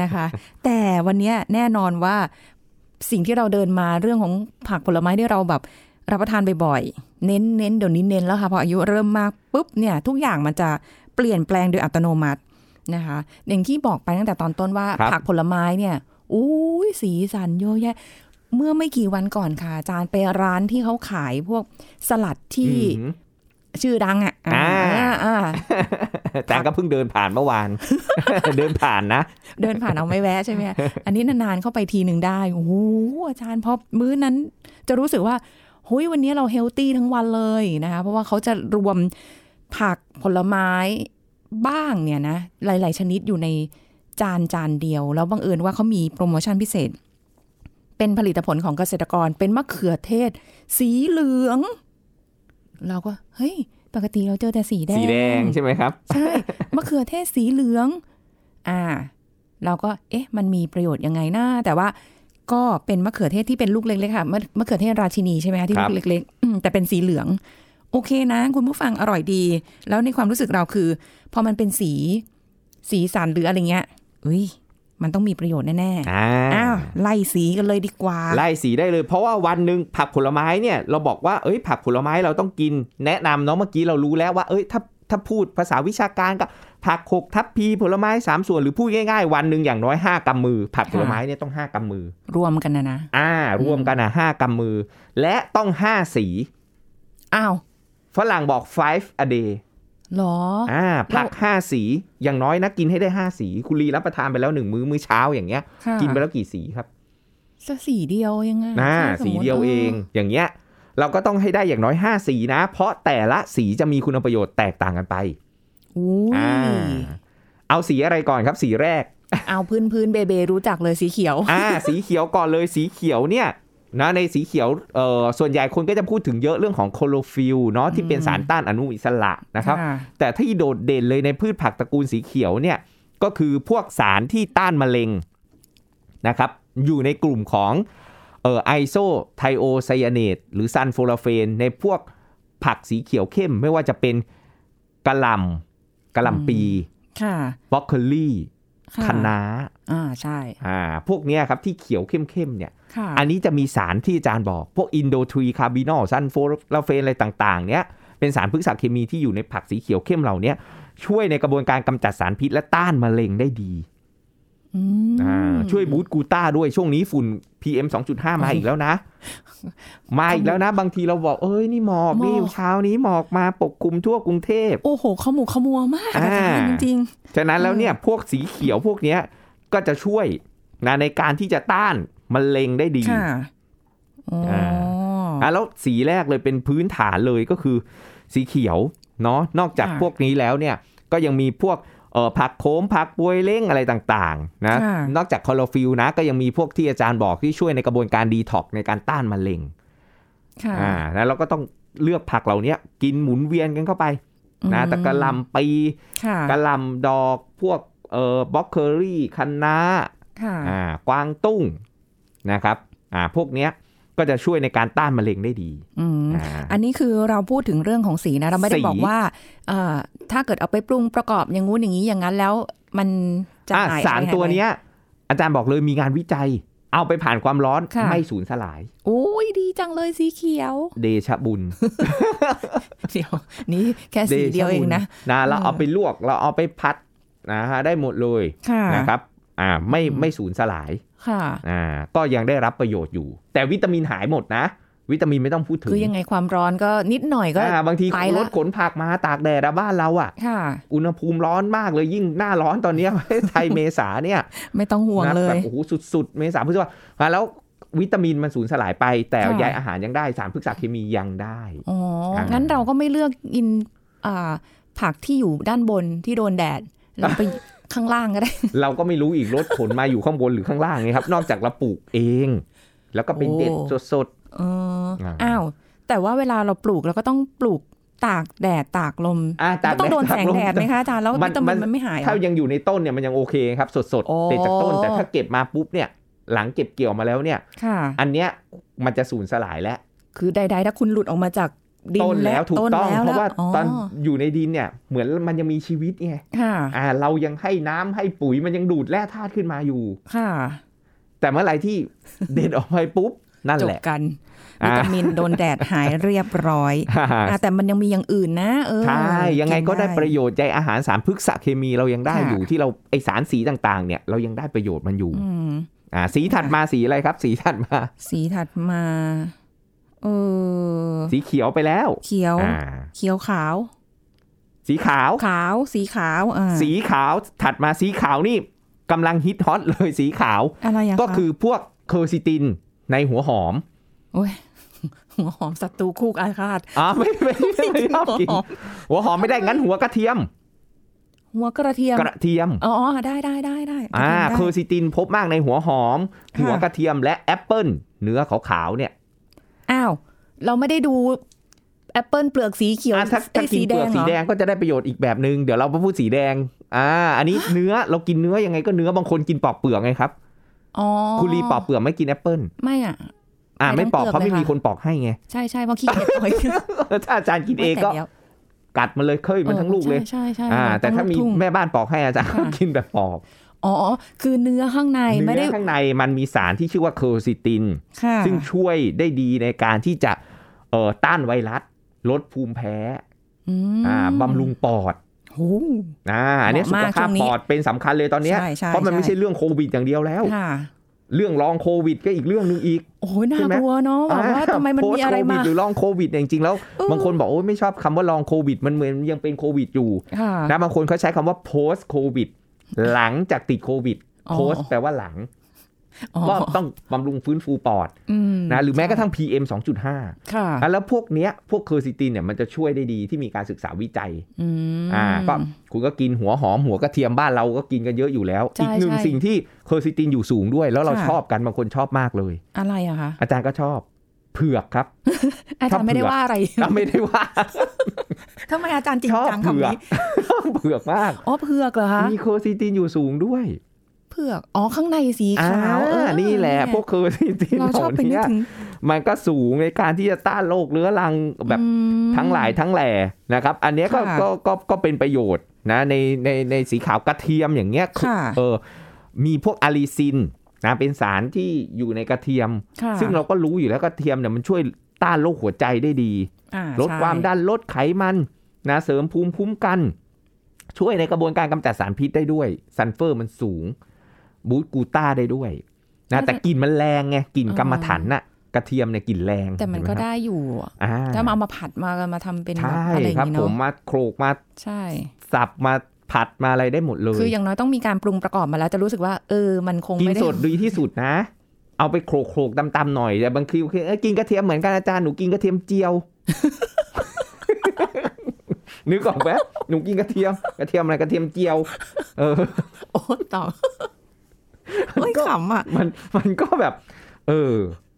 Speaker 3: นะคะ แต่วันเนี้ยแน่นอนว่าสิ่งที่เราเดินมาเรื่องของผักผลไม้ที่เราแบบรับประทานบ่อยๆเน้นเน้นเดี๋ยวนี้เน้นแล้วค่ะพออายุเริ่มมากปุ๊บเนี่ยทุกอย่างมันจะเปลี่ยนแปลงโดยอัตโนมัตินะคะ อย่างที่บอกไปตั้งแต่ตอนต้นว่า
Speaker 2: ครับ
Speaker 3: ผักผลไม้เนี่ยอุ้ยสีสันเยอะแยะ เมื่อไม่กี่วันก่อนค่ะอาจารย์ไปร้านที่เขาขายพวกสลัดที่
Speaker 2: อื้อหือ
Speaker 3: ชื่อดังอ่ะอ่า
Speaker 2: อ่า
Speaker 3: อ่า
Speaker 2: แต่ก็เพิ่งเดินผ่านเมื่อวาน เดินผ่านนะ
Speaker 3: เดินผ่านเอาไม่แวะใช่ไหม อันนี้นานๆเข้าไปทีหนึ่งได้ โอ้โหอาจารย์พอมื้อนั้นจะรู้สึกว่าหุยวันนี้เราเฮลตี้ทั้งวันเลยนะคะ เพราะว่าเขาจะรวมผักผลไม้บ้างเนี่ยนะ หลาย ๆ ชนิดอยู่ในจานจานเดียว แล้วบังเอิญว่าเขามีโปรโมชั่นพิเศษ เป็นผลิตผลของเกษตรกร เป็นมะเขือเทศ สีเหลือง เราก็ เฮ้ย ปกติเราเจอแต่สีแดง
Speaker 2: สีแดงใช่ไหมครับ
Speaker 3: ใช่ มะเขือเทศสีเหลือง อ่า เราก็ เอ๊ะ มันมีประโยชน์ยังไงนะแต่ว่าก็เป็นมะเขือเทศที่เป็นลูกเล็กๆค่ะมะมะเขือเทศราชินีใช่ไหมคะที่
Speaker 2: ครั
Speaker 3: ลู
Speaker 2: บ
Speaker 3: กเล็กๆอืมแต่เป็นสีเหลือง โอเคนะ คุณผู้ฟังอร่อยดี แล้วในความรู้สึกเราคือ พอมันเป็นสีสีสันหรืออะไรเงี้ยอุ้ยมันต้องมีประโยชน์แน่
Speaker 2: อ่า
Speaker 3: ๆอ้าวไล่สีกันเลยดีกว่า
Speaker 2: ไล่สีได้เลย เพราะว่าวันหนึ่งผักผลไม้เนี่ยเราบอกว่าเอ้ยผักผลไม้เราต้องกิน แนะนำเนาะเมื่อกี้เรารู้แล้วว่าเอ้ยถ้าถ้าพูดภาษาวิชาการก็ผักหกทับพีผลไม้สามส่วนหรือพูดง่ายๆ วันหนึ่งอย่างน้อยห้ากำมือ ผักผลไม้เนี่ยต้องห้ากำมือ
Speaker 3: รวมกันนะนะ
Speaker 2: อ่ารวมกันอ่ะห้ากำมือ และต้องห้าสี
Speaker 3: อ้าว
Speaker 2: ฝรั่งบอก five a day
Speaker 3: เหรอ
Speaker 2: อ่าผัก
Speaker 3: แล้ว
Speaker 2: ห้าสีอย่างน้อยนะกินให้ได้ห้าสีคุณลีรับประทานไปแล้วหนึ่งมื้อมื้อเช้าอย่างเงี้ย
Speaker 3: ค่ะ
Speaker 2: กินไปแล้วกี่สีครับ
Speaker 3: จะสีเดียวยังไง
Speaker 2: อ่า
Speaker 3: ใช่ม
Speaker 2: สี
Speaker 3: มุติ
Speaker 2: เดียวเอง อย่างเงี้ย เราก็ต้องให้ได้อย่างน้อยห้าสีนะ เพราะแต่ละสีจะมีคุณประโยชน์แตกต่างกันไป
Speaker 3: อุ้
Speaker 2: อ่าย เอาสีอะไรก่อนครับสีแรก
Speaker 3: เอาพื้นพื้นเบเบรู้จักเลยสีเขียว
Speaker 2: อ่า สีเขียวก่อนเลยสีเขียวเนี่ยนะในสีเขียวเอ่อส่วนใหญ่คนก็จะพูดถึงเยอะเรื่องของโคโลฟิลเนาะที่เป็นสารต้านอนุมูลอิสระนะครับ แต่ที่โดดเด่นเลยในพืชผักตระกูลสีเขียวเนี่ยก็คือพวกสารที่ต้านมะเร็งนะครับ อยู่ในกลุ่มของเอ่อไอโซไทโอไซยาเนตหรือซันโฟลาเฟน ในพวกผักสีเขียวเข้ม ไม่ว่าจะเป็นกะหล่ำกะหล่ำปี
Speaker 3: ค่ะ
Speaker 2: บรอกโคลี
Speaker 3: ะ
Speaker 2: คะน้า
Speaker 3: อ่าใช่
Speaker 2: อ่าพวกเนี้ยครับที่เขียวเข้มๆเนี่ย
Speaker 3: ค่ะ
Speaker 2: อันนี้จะมีสารที่อาจารย์บอก พวกอินโดทรีคาร์บินอลซันโฟลาเฟนอะไรต่าง ๆ เนี้ยเป็นสารพฤกษเคมีที่อยู่ในผักสีเขียวเข้มเหล่าเนี้ยช่วยในกระบวนการกำจัดสารพิษและต้านมะเร็งได้ดี
Speaker 3: อืม
Speaker 2: อ่าช่วยบูตกลูต้าด้วยช่วงนี้ฝุ่น PM 2.5 มาอีกแล้ว นะ มาอีกแล้วนะ บางทีเราบอกเอ้ยนี่หมอกนี่เช้านี้หมอกมาปกคลุมทั่วกรุงเทพ
Speaker 3: โอ้โหขมุกขมัวมากอาจารย์
Speaker 2: อ่า
Speaker 3: จริง
Speaker 2: ฉะนั้นแล้วเนี่ยพวกสีเขียวพวกเนี้ยก็จะช่วยนะในการที่จะต้านมะเร็งได้ดี
Speaker 3: ๆ ค่ะอ๋ออา อ
Speaker 2: อ่ะแล้วสีแรกเลยเป็นพื้นฐานเลยก็คือสีเขียวเนาะนอกจาก
Speaker 3: ค่ะ
Speaker 2: พวกนี้แล้วเนี่ยก็ยังมีพวกเอ่อผักโขมผักบวยเล้งอะไรต่างๆนะ
Speaker 3: ค่ะ
Speaker 2: นอกจากคลอโรฟิลนะก็ยังมีพวกที่อาจารย์บอกที่ช่วยในกระบวนการดีท็อกในการต้านมะเร็ง
Speaker 3: ค่ะ
Speaker 2: อ่านะเราก็ต้องเลือกผักเหล่านี้กินหมุนเวียนกันเข้าไปนะแต่กะหล่ำปี
Speaker 3: ค่ะ
Speaker 2: กะหล่ำดอกพวกเอ่อบล็อกเคอรี่คะน้า
Speaker 3: ค่ะ
Speaker 2: อ่ากวางตุ้งนะครับอ่าพวกเนี้ยก็จะช่วยในการต้านมะเร็งได้ดี
Speaker 3: อืม
Speaker 2: อ่า
Speaker 3: อันนี้คือเราพูดถึงเรื่องของสีนะ เราไม่ได้
Speaker 2: สี
Speaker 3: บอกว่าเอ่อถ้าเกิดเอาไปปรุงประกอบอย่างงู้นอย่างนี้อย่างนั้นแล้วมันจะ
Speaker 2: อ่า
Speaker 3: หาย
Speaker 2: สาร
Speaker 3: อะไรหยไป
Speaker 2: ตัวเนี้ยอาจารย์บอกเลยมีงานวิจัย เอาไปผ่านความร้อน
Speaker 3: ค่ะ
Speaker 2: ไม่สูญสลาย
Speaker 3: โอ้ยดีจังเลยสีเขียว
Speaker 2: เดชะบุญ
Speaker 3: เดี๋ยวนี่แค่สี
Speaker 2: ชะบุญ
Speaker 3: เดียวเองนะ
Speaker 2: นะเรา
Speaker 3: เออ
Speaker 2: เอาไปลวกเราเอาไปพัดนะฮะได้หมดเลย
Speaker 3: ค่ะ
Speaker 2: นะครับอ่าไม่
Speaker 3: อืม
Speaker 2: ไม่สูญสลาย
Speaker 3: ค่ะ
Speaker 2: อ่าก็ยังได้รับประโยชน์อยู่ แต่วิตามินหายหมดนะ วิตามินไม่ต้องพูดถึง
Speaker 3: คือยังไงความร้อนก็นิดหน่อยก็
Speaker 2: อ่าบางที
Speaker 3: ไปละ
Speaker 2: รถขนผักมาตากแดดอะบ้านเราอะ
Speaker 3: ค่ะ
Speaker 2: อุณหภูมิร้อนมากเลยยิ่งหน้าร้อนตอนเนี้ย ประเทศไทยเมษาเนี่ย
Speaker 3: ไม่ต้องห่วง
Speaker 2: นะ
Speaker 3: เล
Speaker 2: แบ
Speaker 3: ย
Speaker 2: บโอ้โหสุดๆ เมษาพฤษภาอ่ะแล้ววิตามินมันสูญสลายไป แต่
Speaker 3: ค่ะ
Speaker 2: ใยอาหารยังได้สารพฤกษาเคมียังได้
Speaker 3: อ๋อ
Speaker 2: อ่างั้
Speaker 3: งั้นเราก็ไม่เลือกกินอ่าผักที่อยู่ด้านบนที่โดนแดด เราไปข้างล่างก็ ได้
Speaker 2: เราก็ไม่รู้อีกรถขนมาอยู่ข้างบนหรือข้างล่างไงครับ นอกจากเราปลูกเอง แล้วก็เป็น
Speaker 3: โอ้
Speaker 2: เด็ดสด
Speaker 3: เอออา อ้าว แต่ว่าเวลาเราปลูกเราก็ต้องปลูกตากแดดตากลม
Speaker 2: ๆอ่ะตาก
Speaker 3: ก็ต้องโดนแสง
Speaker 2: ลม
Speaker 3: แดดไหมคะอาจารย์ แล้ว
Speaker 2: มัน
Speaker 3: วิตามิน
Speaker 2: มัน
Speaker 3: มันไม่หายเหร
Speaker 2: ถ้า
Speaker 3: อ
Speaker 2: ยังอยู่ในต้นเนี่ยมันยังโอเคครับสด
Speaker 3: โอ้
Speaker 2: ๆเด็ดจากต้น แต่ถ้าเก็บมาปุ๊บเนี่ยหลังเก็บเกี่ยวมาแล้วเนี่ย
Speaker 3: ค่ะ
Speaker 2: อันเนี้ยมันจะสูญสลายแล้ว
Speaker 3: คือใดๆถ้าคุณหลุดออกมาจากดิน
Speaker 2: ต้นแล้วถูกต้อง
Speaker 3: นแล้
Speaker 2: เพราะว่าตอน
Speaker 3: อ๋อ
Speaker 2: อยู่ในดินเนี่ยเหมือนมันยังมีชีวิตไง
Speaker 3: ค่ะ
Speaker 2: อ่าเรายังให้น้ำให้ปุ๋ยมันยังดูดแร่ธาตุขึ้นมาอยู่
Speaker 3: ค่ะ
Speaker 2: แต่เมื่อไหร่ ที่ เด็ดออกไปปุ๊บ นั่น
Speaker 3: จ
Speaker 2: แห
Speaker 3: บ
Speaker 2: ละ
Speaker 3: กันวิตามินโดนแดดหายเรียบร้อยอ่ะแต่มันยังมีอย่างอื่นนะ เออ
Speaker 2: ใช่ ยังไงก็ได้ประ
Speaker 3: ชน์
Speaker 2: โยชน์ใยอาหารสารพฤกษเคมีเรายังได้
Speaker 3: ค่ะ
Speaker 2: อยู่ที่เราไอสารสีต่างๆ เนี่ยเรายังได้ประโยชน์มันอยู่อ่าสีถัดมาสีอะไรครับ สีถัดมา
Speaker 3: สีถัดมา เออ
Speaker 2: สีเขียวไปแล้ว
Speaker 3: เขียว
Speaker 2: อ่า
Speaker 3: เขียวขาว
Speaker 2: สีขาว
Speaker 3: ขาวสีขาวอ่า
Speaker 2: สีขาวถัดมาสีขาวนี่กำลังฮิตฮอตเลยสีขาว
Speaker 3: อะไรอะะ
Speaker 2: ก็คือพวกเคอร์ซิตินในหัวหอม
Speaker 3: โอ้ย หัวหอมศัตรูคู่อาฆาต
Speaker 2: อ๋อไม่ไม่ไม่ไม่ชอบกิน
Speaker 3: หัวหอ
Speaker 2: หัวหอ
Speaker 3: ม
Speaker 2: มไม่ได้งั้นหัวกระเทียม
Speaker 3: หัวกระเทียม
Speaker 2: กระเทียม
Speaker 3: อ๋อได้ได้ได้ได้กระ
Speaker 2: อ่า
Speaker 3: เทียมได้
Speaker 2: เคอร์ซิตินพบมากในหัวหอม
Speaker 3: ค่ะ
Speaker 2: หัวกระเทียมและแอปเปิลเนื้อขาวๆเนี่ย
Speaker 3: อ้าว เราไม่ได้ดูแอปเปิลเปลือกสีเขียว
Speaker 2: อ่ะถ้าถ้า
Speaker 3: เอ้ย
Speaker 2: กินเปลือก
Speaker 3: ห
Speaker 2: สี
Speaker 3: รอ
Speaker 2: แดงก็จะได้ประโยชน์อีกแบบหนึ่งเดี๋ยวเราไปพูดสีแดงอ่าอันนี้ เนื้อเรากินเนื้อยังไงก็เนื้อบางคนกินปอกเปลือกไงครับ
Speaker 3: อ๋อ
Speaker 2: คุรีปอกเปลือกไม่กินแอปเปิล
Speaker 3: ไม่อ่ะ
Speaker 2: อ่า
Speaker 3: ไม่
Speaker 2: ไม่ปอก
Speaker 3: ต้อง
Speaker 2: เพราะ
Speaker 3: เปลือก
Speaker 2: ไม่มี
Speaker 3: เลยค่ะ
Speaker 2: คนปอกให้ไง
Speaker 3: ใช่ใช่เพราะขี้เกียจปล่อย
Speaker 2: ถ้าอาจารย์กินเองก็
Speaker 3: ว่าแต่ดี๋ยว
Speaker 2: กัดมันเลยเคยมันทั้งลูกเลย
Speaker 3: ใช่ใช่ใช่
Speaker 2: อ่า
Speaker 3: ค่ะ
Speaker 2: แต่ถ้ามี
Speaker 3: องลูกทุ่ง
Speaker 2: แม่บ้านปอกให้อาจารย์
Speaker 3: ค่ะ
Speaker 2: ก็กินแบบปอก
Speaker 3: อ๋อ คือเนื้อข้างในไม่
Speaker 2: เนื้
Speaker 3: ได้
Speaker 2: อข้างในมันมีสารที่ชื่อว่าเคอร์ซิติน
Speaker 3: ค่ะ
Speaker 2: ซึ่งช่วยได้ดีในการที่จะเอ่อต้านไวรัส ลดภูมิแพ้
Speaker 3: อืม
Speaker 2: อ่าบำรุงปอด
Speaker 3: โอ้โห
Speaker 2: อ่าอันเนี้ย
Speaker 3: เห
Speaker 2: สุ
Speaker 3: มาะ
Speaker 2: ข
Speaker 3: มาก
Speaker 2: ภาพ
Speaker 3: ช่วงนี้
Speaker 2: ปอดเป็นสำคัญเลยตอนเนี้ย
Speaker 3: ใช่ใช่
Speaker 2: เพราะมันไม่
Speaker 3: ใช่
Speaker 2: ใช่เรื่องโควิดอย่างเดียวแล้ว
Speaker 3: ค่ะ
Speaker 2: เรื่องลองโควิดก็อีกเรื่องหนึงอีก
Speaker 3: โอ้โห
Speaker 2: ใช่
Speaker 3: น่า
Speaker 2: ไหม
Speaker 3: กลัวเนาะแบบว่าทำไมมันมีอะไร
Speaker 2: โพสต์โควิ
Speaker 3: มา
Speaker 2: ดหรือลองโควิดเนี่ยจริงๆแล้ว
Speaker 3: เออ
Speaker 2: บางคนบอกโอ้ยไม่ชอบคำว่าลองโควิด มันเหมือนยังเป็นโควิดอยู่
Speaker 3: ค่ะ
Speaker 2: นะบางคนเขาใช้คำว่า post โควิดหลังจากติดโควิด
Speaker 3: อ๋อ
Speaker 2: post แปลว่าหลัง
Speaker 3: อ๋อ
Speaker 2: ก็ต้องบำรุงฟื้นฟูปอด
Speaker 3: อืม
Speaker 2: นะหรือแม้กระทั่ง PM 2.5
Speaker 3: ค่ะ
Speaker 2: อ่ะแล้วพวกเนี้ยพวกเคอร์ซิตินเนี่ยมันจะช่วยได้ดีที่มีการศึกษาวิจัย
Speaker 3: อืม
Speaker 2: อ่าก็คุณก็กินหัวหอมหัวกระเทียมบ้านเราก็กินกันเยอะอยู่แล้ว
Speaker 3: ใช่
Speaker 2: อีกหนึ่ง
Speaker 3: ใช่
Speaker 2: สิ่งที่เคอร์ซิตินอยู่สูงด้วย แล้วเรา
Speaker 3: ค่ะ
Speaker 2: ชอบกันบางคนชอบมากเลย
Speaker 3: อะไรอะคะ
Speaker 2: อาจารย์ก็ชอบเผือก ครับ
Speaker 3: อาจารย์ไม่ได้
Speaker 2: เผือก
Speaker 3: ว่าอะไร
Speaker 2: เราไม่ได้ว่า
Speaker 3: ทำไมอาจารย์จริง
Speaker 2: ชอบ
Speaker 3: จัง
Speaker 2: เผือ
Speaker 3: คำ
Speaker 2: ก
Speaker 3: นี้
Speaker 2: ชอบเผือก มาก
Speaker 3: อ๋อเผือกเหรอคะ
Speaker 2: มีเคอร์ซิตินอยู่สูงด้วย
Speaker 3: เผือกอ๋อข้างในสีขาวเออ
Speaker 2: นี่แหละพวกเคอร์ซิติน
Speaker 3: เราชอบ
Speaker 2: เห
Speaker 3: ไป
Speaker 2: ล่า
Speaker 3: นึก
Speaker 2: เนี้ย
Speaker 3: ถึง
Speaker 2: มันก็สูงในการที่จะต้านโรคเรื้อรังแบบ
Speaker 3: อืม
Speaker 2: ทั้งหลายทั้งแหล่นะครับ อันเนี้ยก็
Speaker 3: ค่ะ
Speaker 2: ก็ก็ก็เป็นประโยชน์นะในในในสีขาวกระเทียมอย่างเงี้ย
Speaker 3: ค่ะ
Speaker 2: เออมีพวกอะลีซินนะเป็นสารที่อยู่ในกระเทียม
Speaker 3: ค่ะ
Speaker 2: ซึ่งเราก็รู้อยู่แล้วกระเทียมเนี่ยมันช่วยต้านโรคหัวใจได้ดี
Speaker 3: อ่
Speaker 2: ลดความ
Speaker 3: ใช่
Speaker 2: ดันลดไขมันนะเสริมภูมิคุ้มกัน ช่วยในกระบวนการกำจัดสารพิษได้ด้วยซันเฟอร์มันสูง บูตกลูต้าได้ด้วยนะแต่กลิ่นมันแรงไงกลิ่น
Speaker 3: อ๋อ
Speaker 2: กรรมฐานน่ะกระเทียมเนี่ยกลิ่นแรง
Speaker 3: แต่มันก็ได้อยู่อะ
Speaker 2: อ่
Speaker 3: ถ้ามาเอามาผัดมามาทำเป็นแบบ
Speaker 2: ใช่
Speaker 3: อะไรอย่าง
Speaker 2: ครับ
Speaker 3: นี้
Speaker 2: ผม
Speaker 3: เนาะ
Speaker 2: มาโขลกมา
Speaker 3: ใช่
Speaker 2: สับมาผัดมาอะไรได้หมดเลย
Speaker 3: คืออย่างน้อยต้องมีการปรุงประกอบมาแล้วจะรู้สึกว่า เออ มันคง
Speaker 2: กิน
Speaker 3: ไม่ได้
Speaker 2: สดดีที่สุดนะ เอาไปโขลกโขลกตำตำๆหน่อยแต่บางทีเอ้ยกินกระเทียมเหมือนกันอาจารย์หนูกินกระเทียมเจียว นึกออกไหมหนูกินกระเทียมกระเทียมอะไรกระเทียมเจียว เออ
Speaker 3: โอ้ต่อ โอ้ยขำอ่ะ
Speaker 2: มันมันก็แบบ เออ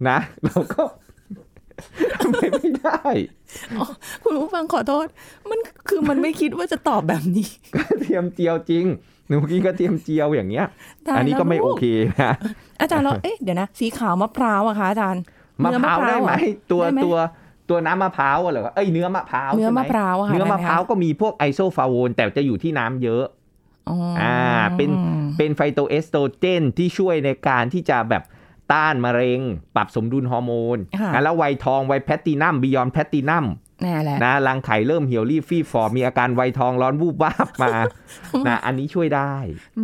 Speaker 2: นะเราก็ ำไมไม่ได้
Speaker 3: คุณผู้ฟังขอโทษ มันคือมันไม่คิดว่าจะตอบแบบนี้
Speaker 2: กระเทียมเจียวจริง หนูกินกระเทียมเจียวอย่างเงี้ย
Speaker 3: ตา ย
Speaker 2: อันนี้
Speaker 3: แล้ว
Speaker 2: ก็ไม่
Speaker 3: ลู
Speaker 2: โอเคนะ
Speaker 3: อาจารย์เราเอ๊ะเดี๋ยวนะ สีขาวมะพร้าวอะคะอาจารย์
Speaker 2: มะ
Speaker 3: เนื้อ
Speaker 2: พร้าวได้ไหม
Speaker 3: อะ
Speaker 2: ตัว
Speaker 3: ได้ไหม
Speaker 2: ตัวตัวน้ำมะพร้าวอะเหรอเอ้ยเนื้อมะพร้าว
Speaker 3: เนื้อ
Speaker 2: ใช่ไห
Speaker 3: มะพร้าวอะค่ะ
Speaker 2: เนื้อมะ
Speaker 3: ได้ไห
Speaker 2: พร้าวก็มีพวกไอโซฟาโวนแต่จะอยู่ที่น้ำเยอะ
Speaker 3: อ๋ออ
Speaker 2: อ่าเป็น เป็นไฟโตเอสโตรเจนที่ช่วยในการที่จะแบบต้านมะเร็ง ปรับสมดุลฮอร์โมน
Speaker 3: ค่ะ
Speaker 2: อ่ะแล้ววัยทองวัยแพลตตินัมบิยอนแพลตตินัม
Speaker 3: แน่แหละ
Speaker 2: นะรังไข่เริ่มเหี่ยวรีบฟีบฟอร์มีอาการไวยทองร้อนวูบวาบมา นะอันนี้ช่วยได้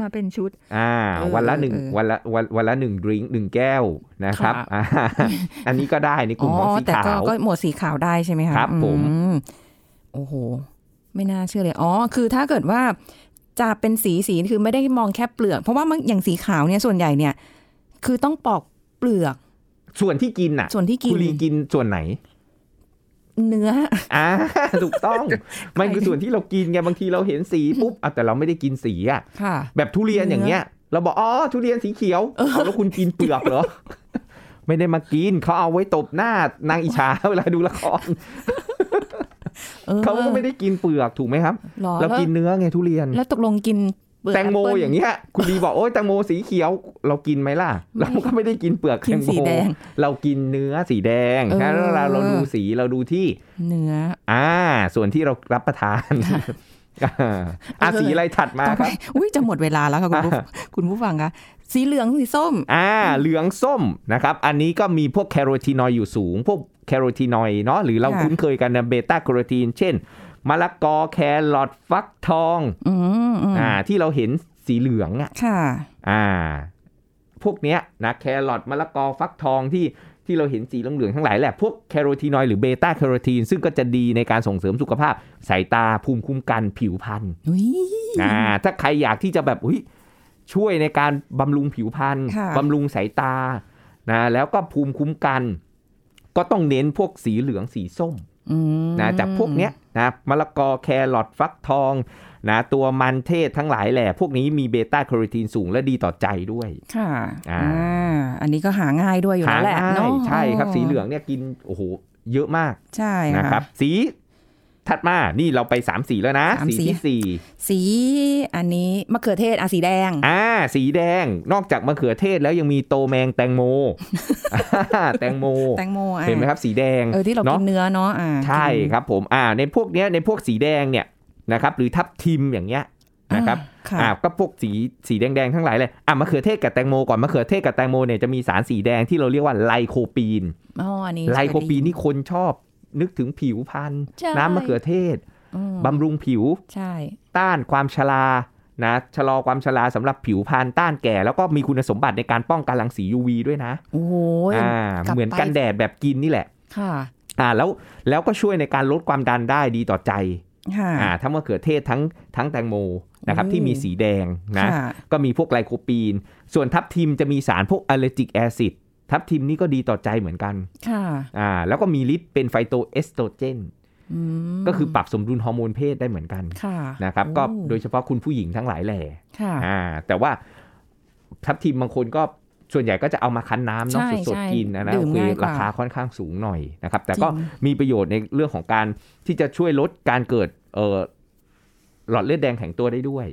Speaker 3: มาเป็นชุด
Speaker 2: อ่า
Speaker 3: เออ
Speaker 2: วันละหนึ่ง
Speaker 3: เออเออ
Speaker 2: วันละวันวันละหนึ่งดริงหนึ่งแก้วนะครับ
Speaker 3: ค่ะ
Speaker 2: อ่า อันนี้ก็ได้ในกลุ่มของสี
Speaker 3: แต่ก็
Speaker 2: ขาว
Speaker 3: ก็หมวดสีขาวได้ใช่ไหมคะ
Speaker 2: ครับผม
Speaker 3: อืโอ้โห ไม่น่าเชื่อเลย อ๋อ คือถ้าเกิดว่าจะเป็นสีสีคือไม่ได้มองแค่เปลือก เพราะว่ามันอย่างสีขาวเนี่ยส่วนใหญ่เนี่ย คือต้องปอกเปลือก
Speaker 2: ส่วนที่กินน่ะ
Speaker 3: ส่วนที่กิน
Speaker 2: คุรีกินส่วนไหน
Speaker 3: เนื้อ
Speaker 2: อ่า ถูกต้อง มันคือส่วนที่เรากินไงบางทีเราเห็นสีปุ๊บอ่ะแต่เราไม่ได้กินสีอ่ะ
Speaker 3: ค่ะ
Speaker 2: แบบทุเรียนอย่างเงี้ย เราบอกอ๋อทุเรียนสีเขียวเอาแล้วคุณกินเปลือกเหร อ ไม่ได้มากินเขาเอาไว้ตบหน้านางอิชา เวลาดูละคร
Speaker 3: เออ
Speaker 2: เขาก็ไม่ได้กินเปลือกถูกไหมครับ
Speaker 3: หรอ
Speaker 2: เรากินเนื้อไงทุเรียน
Speaker 3: แล้วแล้วตกลงกินเปลือก
Speaker 2: แตงโม
Speaker 3: แปเปิ้ล
Speaker 2: อย่างเงี้ย คุณดีบอกโอ๊ยแตงโมสีเขียวเรากินไหมล่ะ เราก็ไม่ได้กินเปลือกแต
Speaker 3: กิน
Speaker 2: งโม
Speaker 3: สีแดง
Speaker 2: เรากินเนื้อสีแดง
Speaker 3: เออ
Speaker 2: นะแล้วเราเราดูสีเราดูที่
Speaker 3: เนื้อ
Speaker 2: อ่า ส่วนที่เรารับประทานอ่าอ่ะ
Speaker 3: เออ
Speaker 2: สีอะไรถัดมา
Speaker 3: ต่อ
Speaker 2: ค
Speaker 3: ไป
Speaker 2: รับ
Speaker 3: อุ้ยจะหมดเวลาแล้วค่ะคุณผู้คุณผู้ฟังคะสีเหลืองสีส้ม
Speaker 2: อ่า เหลืองส้มนะครับ อันนี้ก็มีพวกแคโรทีนอยด์อยู่สูง พวกแคโรทีนอยด์เนาะหรือเรา
Speaker 3: ค่ะ
Speaker 2: คุ้นเคยกันนะเบต้าแคโรทีน เช่นมะละกอแครอทฟักทอง
Speaker 3: อืมอืม
Speaker 2: อ่า ที่เราเห็นสีเหลืองอ่ะ
Speaker 3: ค่ะ
Speaker 2: อ่า พวกเนี้ยนะแครอทมะละกอฟักทองที่ที่เราเห็นสีเหลืองๆทั้งหลายแหละ พวกแคโรทีนอยด์หรือเบต้าแคโรทีน ซึ่งก็จะดีในการส่งเสริมสุขภาพ สายตาภูมิคุ้มกันผิวพรรณ
Speaker 3: อุ้ย
Speaker 2: อ่าถ้าใครอยากที่จะแบบอุ้ยช่วยในการบำรุงผิวพรรณ
Speaker 3: ค่ะ
Speaker 2: บำรุงสายตานะแล้วก็ภูมิคุ้มกัน ก็ต้องเน้นพวกสีเหลืองสีส้ม
Speaker 3: อืม
Speaker 2: นะจากพวกเนี้ยนะมะละกอแครอทฟักทองนะตัวมันเทศทั้งหลายแหละ พวกนี้มีเบต้าแคโรทีนสูงและดีต่อใจด้วย
Speaker 3: ค่ะ
Speaker 2: อ่า
Speaker 3: อ่า อันนี้ก็หาง่ายด้วยอยู่แล้วแหละ
Speaker 2: หา
Speaker 3: เนาะ
Speaker 2: ง่ายใช่ครับ
Speaker 3: โ
Speaker 2: สีเหลืองเนี่ยกินโอ้โหเยอะมาก
Speaker 3: ใช่
Speaker 2: นะครับ สีถัดมานี่เราไป 3 สีแล้วนะ สีที่สี่
Speaker 3: สีอันนี้มะเขือเทศอ่ะสีแดง
Speaker 2: อ่าสีแดงนอกจากมะเขือเทศแล้วยังมีโตแมงแตงโม อ่าแตงโม
Speaker 3: แตงโมอ่ะ
Speaker 2: เห็นไหมครับสีแดง
Speaker 3: เออที่เรากิ
Speaker 2: เนาะ
Speaker 3: นเนื้อเนาะอ่า
Speaker 2: ใช่
Speaker 3: กิน
Speaker 2: ครับผมอ่าในพวกเนี้ยในพวกสีแดงเนี่ยนะครับหรือทับทิมอย่างเงี้ยนะครับ
Speaker 3: ค่ะ
Speaker 2: อ่าก็พวกสีสีแดงๆทั้งหลายเลยอ่ะมะเขือเทศกับแตงโมก่อนมะเขือเทศกับแตงโมเนี่ยจะมีสารสีแดงที่เราเรียกว่าไลโคปีน
Speaker 3: อ๋ออันนี้
Speaker 2: ไลโคปีน
Speaker 3: เคยได้ยิ
Speaker 2: นี่คนชอบนึกถึงผิวพรรณ
Speaker 3: ใช่
Speaker 2: น้ำมะเขือเทศ
Speaker 3: อืม
Speaker 2: บำรุงผิว
Speaker 3: ใช่
Speaker 2: ต้านความชรานะชะลอความชราสำหรับผิวพรรณต้านแก่ แล้วก็มีคุณสมบัติในการป้องกันรังสี UV ด้วยนะ
Speaker 3: โอ้โห
Speaker 2: อ่าเหมือนกันแดดแบบกินนี่แหละ
Speaker 3: ค่ะ
Speaker 2: อ่าแล้วแล้วก็ช่วยในการลดความดันได้ดีต่อใจ
Speaker 3: ค่ะ
Speaker 2: อ่าทั้งมะเขือเทศทั้งทั้งแตงโมนะครับ
Speaker 3: อืม
Speaker 2: ที่มีสีแดงนะ
Speaker 3: ค่
Speaker 2: ก็มีพวกไลโคปีน ส่วนทับทิมจะมีสารพวกอะเลจิกแอซิดทับทิมนี่ก็ดีต่อใจเหมือนกัน
Speaker 3: ค่ะ
Speaker 2: อ่าแล้วก็มีฤทธิ์เป็นไฟโตเอสโตรเจน
Speaker 3: อืม
Speaker 2: ก็คือปรับสมดุลฮอร์โมนเพศได้เหมือนกัน
Speaker 3: ค่ะ
Speaker 2: นะครับก็
Speaker 3: อ้
Speaker 2: โดยเฉพาะคุณผู้หญิงทั้งหลายแหล่
Speaker 3: ค่ะ
Speaker 2: อ่าแต่ว่าทับทิมบางคนก็ส่วนใหญ่ก็จะเอามาคั้นน้ำเนาะ
Speaker 3: ใช่
Speaker 2: สด
Speaker 3: ใช่
Speaker 2: ๆกินนะนะ
Speaker 3: ดื่ม
Speaker 2: โอเค
Speaker 3: ง่ายกว่า
Speaker 2: ราคาค่อนข้างสูงหน่อยนะครับแต่ก็
Speaker 3: จริ
Speaker 2: มีประโยชน์ในเรื่องของการที่จะช่วยลดการเกิดเอ่อหลอดเลือดแดงแข็งตัวได้ด้วย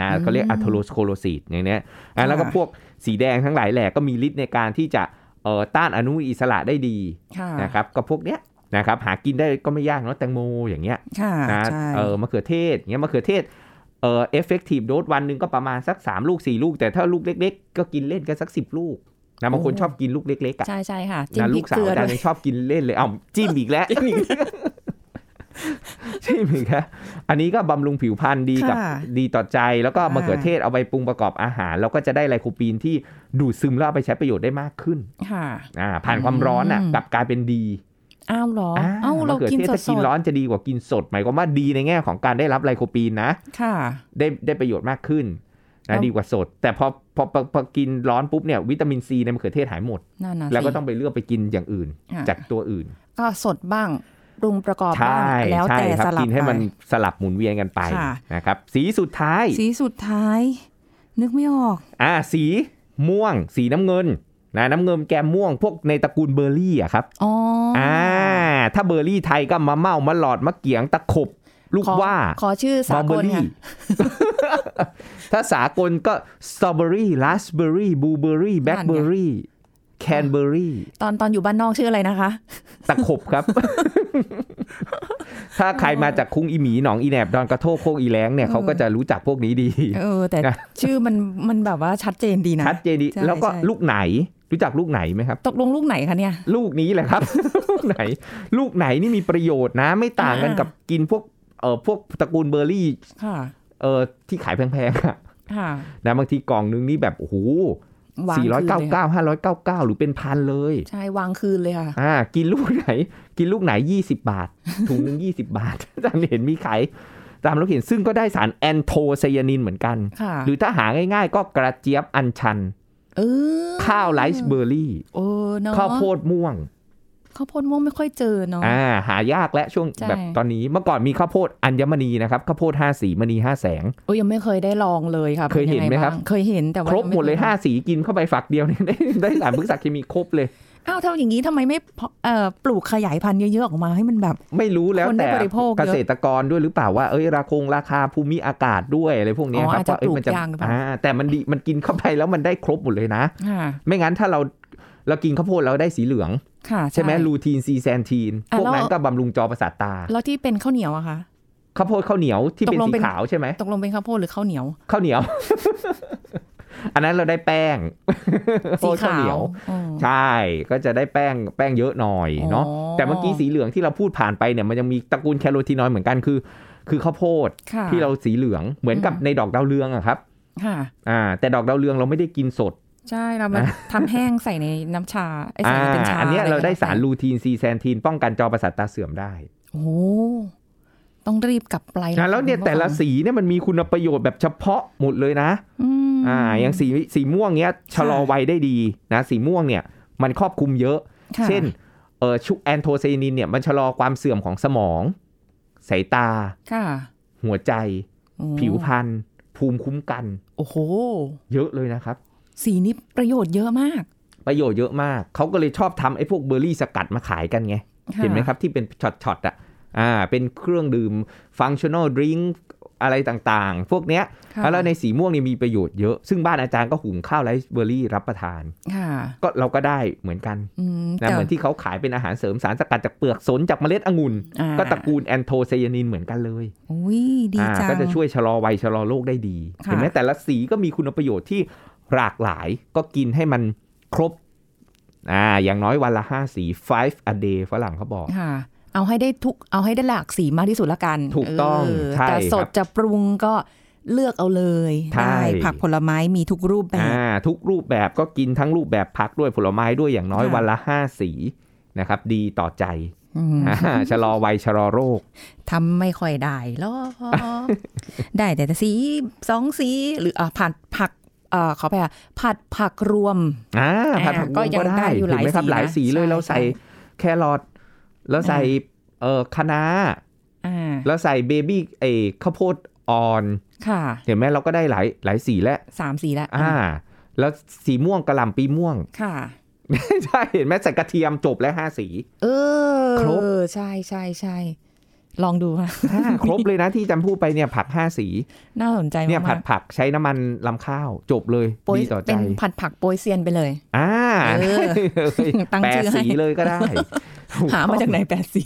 Speaker 2: นะก็เรียกอะโทโรสโคโลซิตอย่างเนี้ยอ่ะแล้วก็พวกสีแดงทั้งหลายแหล่ก็มีฤทธิ์ในการที่จะเอ่อต้านอนุมูลอิสระได้ดี
Speaker 3: ค่ะ
Speaker 2: นะครับก็พวกเนี้ยนะครับหากินได้ก็ไม่ยากเนาะแตงโมอย่างเงี้ย
Speaker 3: ค่ะ
Speaker 2: นะ
Speaker 3: ใช่
Speaker 2: เออมะเขือเทศอย่างเงี้ยมะเขือเทศเออเอฟเฟกตีฟโดสวันหนึ่งก็ประมาณสัก 3 ลูก 4 ลูก แต่ถ้าลูกเล็ก ๆ ก็กินเล่นกันสัก 10 ลูกนะบางคนชอบกินลูกเล็กๆอ่ะ
Speaker 3: ใช่ใช่ค่ะจิ้ม
Speaker 2: นะ
Speaker 3: พ
Speaker 2: ลู
Speaker 3: ริก
Speaker 2: กสา
Speaker 3: เกลื
Speaker 2: ว
Speaker 3: อ
Speaker 2: อาจารย์
Speaker 3: ด้ว
Speaker 2: ยั
Speaker 3: ย
Speaker 2: งชอบกินเล่นเลยเอ้าจิ้มอีกแล้ว จิ้มอีกแล้วอันนี้ก็บำรุงผิวพรรณดีกับ
Speaker 3: ค่ะ
Speaker 2: ดีต่อใจแล้วก็
Speaker 3: ค่ะ
Speaker 2: มะเขือเทศเอาไปปรุงประกอบอาหาร แล้วก็จะได้ไลโคปีนที่ดูดซึมแล้วเอาไปใช้ประโยชน์ได้มากขึ้น
Speaker 3: ค่ะ
Speaker 2: อ่าผ่านความร้อนอ่ะ
Speaker 3: อืม
Speaker 2: กลับกลายเป็นดี
Speaker 3: อ้าวเหรอ
Speaker 2: อ่า
Speaker 3: อ้าวเรา
Speaker 2: มะเขือ
Speaker 3: กิน
Speaker 2: เทศ
Speaker 3: สด
Speaker 2: ถ้ากินร้อนจะดีกว่ากินสด หมายความว่าดีในแง่ของการได้รับไลโคปีนนะ
Speaker 3: ๆค่ะ
Speaker 2: ได้ได้ประโยชน์มากขึ้น
Speaker 3: ครั
Speaker 2: นะ
Speaker 3: บ
Speaker 2: ดีกว่าสด แต่พอพอพอพอกินร้อนปุ๊บเนี่ยวิตามินซีในมะเขือเทศหายหมด
Speaker 3: นั่นนะ
Speaker 2: แล้วก็
Speaker 3: สิ
Speaker 2: ต้องไปเลือกไปกินอย่างอื่น
Speaker 3: อ่ะ
Speaker 2: จากตัวอื่น
Speaker 3: ก็สดบ้างปรุงประกอบ
Speaker 2: ใช่
Speaker 3: บ้างแล้ว
Speaker 2: ใช่
Speaker 3: แต่
Speaker 2: ครั
Speaker 3: สลับ
Speaker 2: กินให้มัน
Speaker 3: ไป
Speaker 2: สลับหมุนเวียนกันไป
Speaker 3: ค่ะ
Speaker 2: นะครับสีสุดท้าย
Speaker 3: สีสุดท้าย นึกไม่ออก
Speaker 2: อ่าสีม่วง สีน้ำเงินนะน้ำเงินแกมม่วงพวกในตระกูลเบอร์รี่อะครับ
Speaker 3: อ๋ออ
Speaker 2: อ่า ถ้าเบอร์รี่ไทยก็มะเม่ามะหลอดมะเกียงตะขบ ลูก
Speaker 3: ขอ
Speaker 2: ว่า
Speaker 3: ขอชื่อสาก
Speaker 2: เบอ
Speaker 3: ล
Speaker 2: ร์รี่
Speaker 3: ค่ะ
Speaker 2: ถ้าสากลก็สตรอเบอรี่ราสเบอรี่บลูเบอรี่แบล็คเบอรี่แคนเบอรี่
Speaker 3: ตอนตอนอยู่บ้านนอกชื่ออะไรนะคะ
Speaker 2: ตะขบครับ ถ้าใครมาจากคุ้งอีหมีหนองอีแหนบดอนกระโทกโคกอีแล้งเนี่ยเขาก็จะรู้จักพวกนี้ดี
Speaker 3: เออ แต่
Speaker 2: นะ
Speaker 3: ชื่อมันมันแบบว่าชัดเจนดีนะ
Speaker 2: ชัดเจนดี
Speaker 3: ใช่
Speaker 2: แล้วก็
Speaker 3: ใช่
Speaker 2: ลูกไหน รู้จักลูกไหนไหมครับ
Speaker 3: ตกลงลูกไหนคะเนี่ย
Speaker 2: ลูกนี้แหละครับ ลูกไหน ลูกไหนนี่มีประโยชน์นะ ไม่ต่างกัน
Speaker 3: อ่ากั
Speaker 2: กับกินพวกเอ่อพวกตระกูลเบอร์รี่
Speaker 3: ค่ะ
Speaker 2: เอ่อที่ขายแพงๆอะ
Speaker 3: ค่ะ
Speaker 2: นะบางทีกล่องนึงนี่แบบโอ้โห
Speaker 3: วาง
Speaker 2: สี่ร้อย
Speaker 3: คืนล
Speaker 2: เก้า
Speaker 3: ค่ะ
Speaker 2: เก้าห้าร้อยเก้าเก้าหรือเป็นพันเลย
Speaker 3: ใช่วางคืนเลยค่ะ
Speaker 2: อ่ากินลูกไหน กินลูกไหนยี่สิบบาท ถุงหนึงยี่สิบบาท อาจารย์เห็นมีขายตามเราเห็นซึ่งก็ได้สารแอนโทไซยานินเหมือนกัน
Speaker 3: ค่ะ
Speaker 2: หรือถ้าหาง่าย ๆ ก็กระเจี๊ยบอัญชัน
Speaker 3: เออ
Speaker 2: ข้าวไรซ์เบอร์รี่
Speaker 3: เออเนาะ
Speaker 2: ข้าวโพดม่วง
Speaker 3: ข้าวโพดม่วงไม่ค่อยเจอเนาะ
Speaker 2: อ่าหายากและช่วง
Speaker 3: ใช่
Speaker 2: แบบตอนนี้เมื่อก่อนมีข้าวโพดอัญมณีนะครับข้าวโพดห้าสีมณีห้าแสง
Speaker 3: โอ้ยยังไม่เคยได้ลองเลยค่ะ
Speaker 2: เคยเห็นไหมครับ
Speaker 3: ป็ยังงางเคยเห็นแต่ว่า
Speaker 2: ครบหมดเลย
Speaker 3: งไ
Speaker 2: ห้าสีกินเข้าไปฝักเดียว เนี่ย ได้ได้สารพฤกษเคมีครบเลย
Speaker 3: อ้าวเท่าอย่างนี้ทำไมไม่เพาะเอ่อปลูกขยายพันธุ์เยอะๆออกมาให้มันแบบ
Speaker 2: ไม่รู้แล้ว
Speaker 3: คนได้
Speaker 2: แต่
Speaker 3: บริโภคเยอะ
Speaker 2: เกษตรกรด้วยหรือเปล่าว่าเอ้ยราคงราคาภูมิอากาศด้วยอะไรพวกเนี้ย
Speaker 3: อ๋อ
Speaker 2: ครับ
Speaker 3: อาจจะ
Speaker 2: ว่าเอ้ยมั
Speaker 3: ปลูกยากหรือเปล่า
Speaker 2: อ่าแต่มันดีมันกินเข้าไปแล้วมันได้ครบหมดเลยนะ
Speaker 3: ค่ะ
Speaker 2: ไม่งั้นถ้าเราเรากินข้าวโพดเราได้สีเหลือง
Speaker 3: ค่ะ
Speaker 2: ใช่ไหมลูทีนซีแซนทีน
Speaker 3: อ่ะ
Speaker 2: พวก
Speaker 3: แล้ว
Speaker 2: นั้นก็บำรุงจอประสาทตา
Speaker 3: แล้วที่เป็นข้าวเหนียวอะคะ
Speaker 2: ข้าวโพดข้าวเหนียวที่เป็น
Speaker 3: ตกลง
Speaker 2: สี
Speaker 3: เป็น
Speaker 2: ขาวใช่ไหม
Speaker 3: ตกลงเป็นข้าวโพดหรือข้าวเหนียว
Speaker 2: ข้าวเหนียว อันนั้นเราได้แป้ง
Speaker 3: สี
Speaker 2: โพดข้าว
Speaker 3: ขา
Speaker 2: เหนียว ว
Speaker 3: อืม
Speaker 2: ใช่ก็จะได้แป้งแป้งเยอะหน่อยเนาะ
Speaker 3: อ๋อ
Speaker 2: แต่เมื่อกี้สีเหลืองที่เราพูดผ่านไปเนี่ยมันยังมีตระกูลแคโรทีนอยด์เหมือนกันคือ คือข้าวโพด
Speaker 3: ค่ะ
Speaker 2: ที่เราสีเหลืองเหมือนกับ
Speaker 3: อืม
Speaker 2: ในดอกดาวเรืองอะครับ
Speaker 3: ค่ะ
Speaker 2: อ่าแต่ดอกดาวเรืองเราไม่ได้กินสด
Speaker 3: ใช่เรามาทำแห้งใส่ในน้ำชาไอ้ยใส่
Speaker 2: อ่า
Speaker 3: เป็นชา
Speaker 2: อันเนี้ย
Speaker 3: ะ
Speaker 2: เราได้สาร
Speaker 3: ก็แล้ว
Speaker 2: ลูทีนซีแซนทีนป้องกันจอประสาทตาเสื่อมได้
Speaker 3: แต่โอ้โหต้องรีบกลับไป
Speaker 2: นะแล้วเนี่ย
Speaker 3: คุณผู้
Speaker 2: แต่ละ
Speaker 3: ฟัง
Speaker 2: สีเนี่ยมันมีคุณประโยชน์แบบเฉพาะหมดเลยนะ
Speaker 3: อืม
Speaker 2: อ่าอย่างสีสีม่วงเนี้ยชะลอ
Speaker 3: ค่ะ
Speaker 2: วัยได้ดีนะสีม่วงเนี่ยมันครอบคลุมเยอะ
Speaker 3: ค่ะ
Speaker 2: เช่นเออชุกแอนโทไซยานินเนี่ยมันชะลอความเสื่อมของสมอง สายตา
Speaker 3: ค่ะ
Speaker 2: หัวใจ
Speaker 3: โอ้
Speaker 2: ผิวพรรณภูมิคุ้มกัน
Speaker 3: โอ้โห
Speaker 2: เยอะเลยนะครับ
Speaker 3: สีนี้ประโยชน์เยอะมาก
Speaker 2: ประโยชน์เยอะมาก เขาก็เลยชอบทำไอ้พวกเบอร์รี่สกัดมาขายกันไง
Speaker 3: ะ
Speaker 2: เห็นไหมครับ ที่เป็นช็อตๆอ่ะอ่าเป็นเครื่องดื่มฟังชั่นอลดริงอะไรต่างๆ พวกเนี้ย
Speaker 3: ค่ะ
Speaker 2: แล้วในสีม่วงเนี่ยมีประโยชน์เยอะ ซึ่งบ้านอาจารย์ก็หุงข้าวไรซ์เบอร์รี่รับประทาน
Speaker 3: ค่ะ
Speaker 2: ก็เราก็ได้เหมือนกัน
Speaker 3: อืม
Speaker 2: นะ
Speaker 3: แต่
Speaker 2: เหมือนที่เขาขายเป็นอาหารเสริมสารสกัดจากเปลือกสนจากเมล็ดองุ่น
Speaker 3: อ่า
Speaker 2: ก็ตระกูลแอนโทไซยานินเหมือนกันเลย
Speaker 3: อุ้ยดี
Speaker 2: อ่า
Speaker 3: จัง
Speaker 2: ก็จะช่วยชะลอวัยชะลอโรคได้ดี
Speaker 3: ค่ะ
Speaker 2: เห็นไหมแต่ละสีก็มีคุณประโยชน์ที่หลากหลายก็กินให้มันครบอ่าอย่างน้อยวันละ 5 สี five a day ฝรั่งเขาบอก
Speaker 3: ค่ะ เอาให้ได้ทุกเอาให้ได้หลากสีมากที่สุดละกัน
Speaker 2: ถูกต้อง
Speaker 3: เ
Speaker 2: ใช่
Speaker 3: แต่สด
Speaker 2: ครับ
Speaker 3: จะปรุงก็เลือกเอาเลย
Speaker 2: ใช่
Speaker 3: ได้ผักผลไม้มีทุกรูปแบบ
Speaker 2: อ่าทุกรูปแบบก็กินทั้งรูปแบบผักด้วยผลไม้ด้วยอย่างน้อย
Speaker 3: ค่ะ
Speaker 2: วันละ 5 สีนะครับดีต่อใจ
Speaker 3: อืม
Speaker 2: อ่าชะลอวัยชะลอโรค
Speaker 3: ทำไม่ค่อยได้หรอก ได้แต่สีสองสีหรืออ่ะผัดผักเอ่อขอไปอ่ะผัดผักรวม
Speaker 2: อ่า
Speaker 3: อ่า
Speaker 2: ผัดผัก
Speaker 3: ก็
Speaker 2: บุ้ง
Speaker 3: ยัง
Speaker 2: ก็
Speaker 3: ได้
Speaker 2: ได้
Speaker 3: อยู่หลาย
Speaker 2: เห็นไหมครับ
Speaker 3: สีนะ
Speaker 2: หลายสีเลย
Speaker 3: ใช่
Speaker 2: เราใส่
Speaker 3: ใช่
Speaker 2: แครอทแล้วใส่เอ่อคะน้า
Speaker 3: อ่า
Speaker 2: แล้วใส่เบบี้เออข้าวโพดอ่อน
Speaker 3: ค่ะ
Speaker 2: เห็นไหมเราก็ได้หลายหลายสีแล้ว
Speaker 3: สามสีละ
Speaker 2: อ่า แล้วสีม่วงกระหล่ำปีม่วง
Speaker 3: ค่ะ
Speaker 2: ใช่เห็นไหมใส่กระเทียมจบแล้วห้าสี
Speaker 3: เออ
Speaker 2: ครบ
Speaker 3: ใช่ใช่ใช่ลองดู ค่ะ
Speaker 2: อ่า ครบเลยนะที่จำพูดไปเนี่ยผักห้าสี
Speaker 3: น่าสนใจมาก
Speaker 2: เนี่ยผัด
Speaker 3: ๆ
Speaker 2: ผักใช้น้ำมันลำข้าวจบเลย
Speaker 3: โปย
Speaker 2: ดีต่อใจ
Speaker 3: เป็นผัดผักโปยเซียนไปเลย
Speaker 2: อ่า
Speaker 3: เออ ตั้ง
Speaker 2: แป
Speaker 3: ชื่
Speaker 2: ด
Speaker 3: อให้
Speaker 2: สีเลยก็ได้ถูก
Speaker 3: หามา
Speaker 2: ต้อง
Speaker 3: จากไหนแปด สี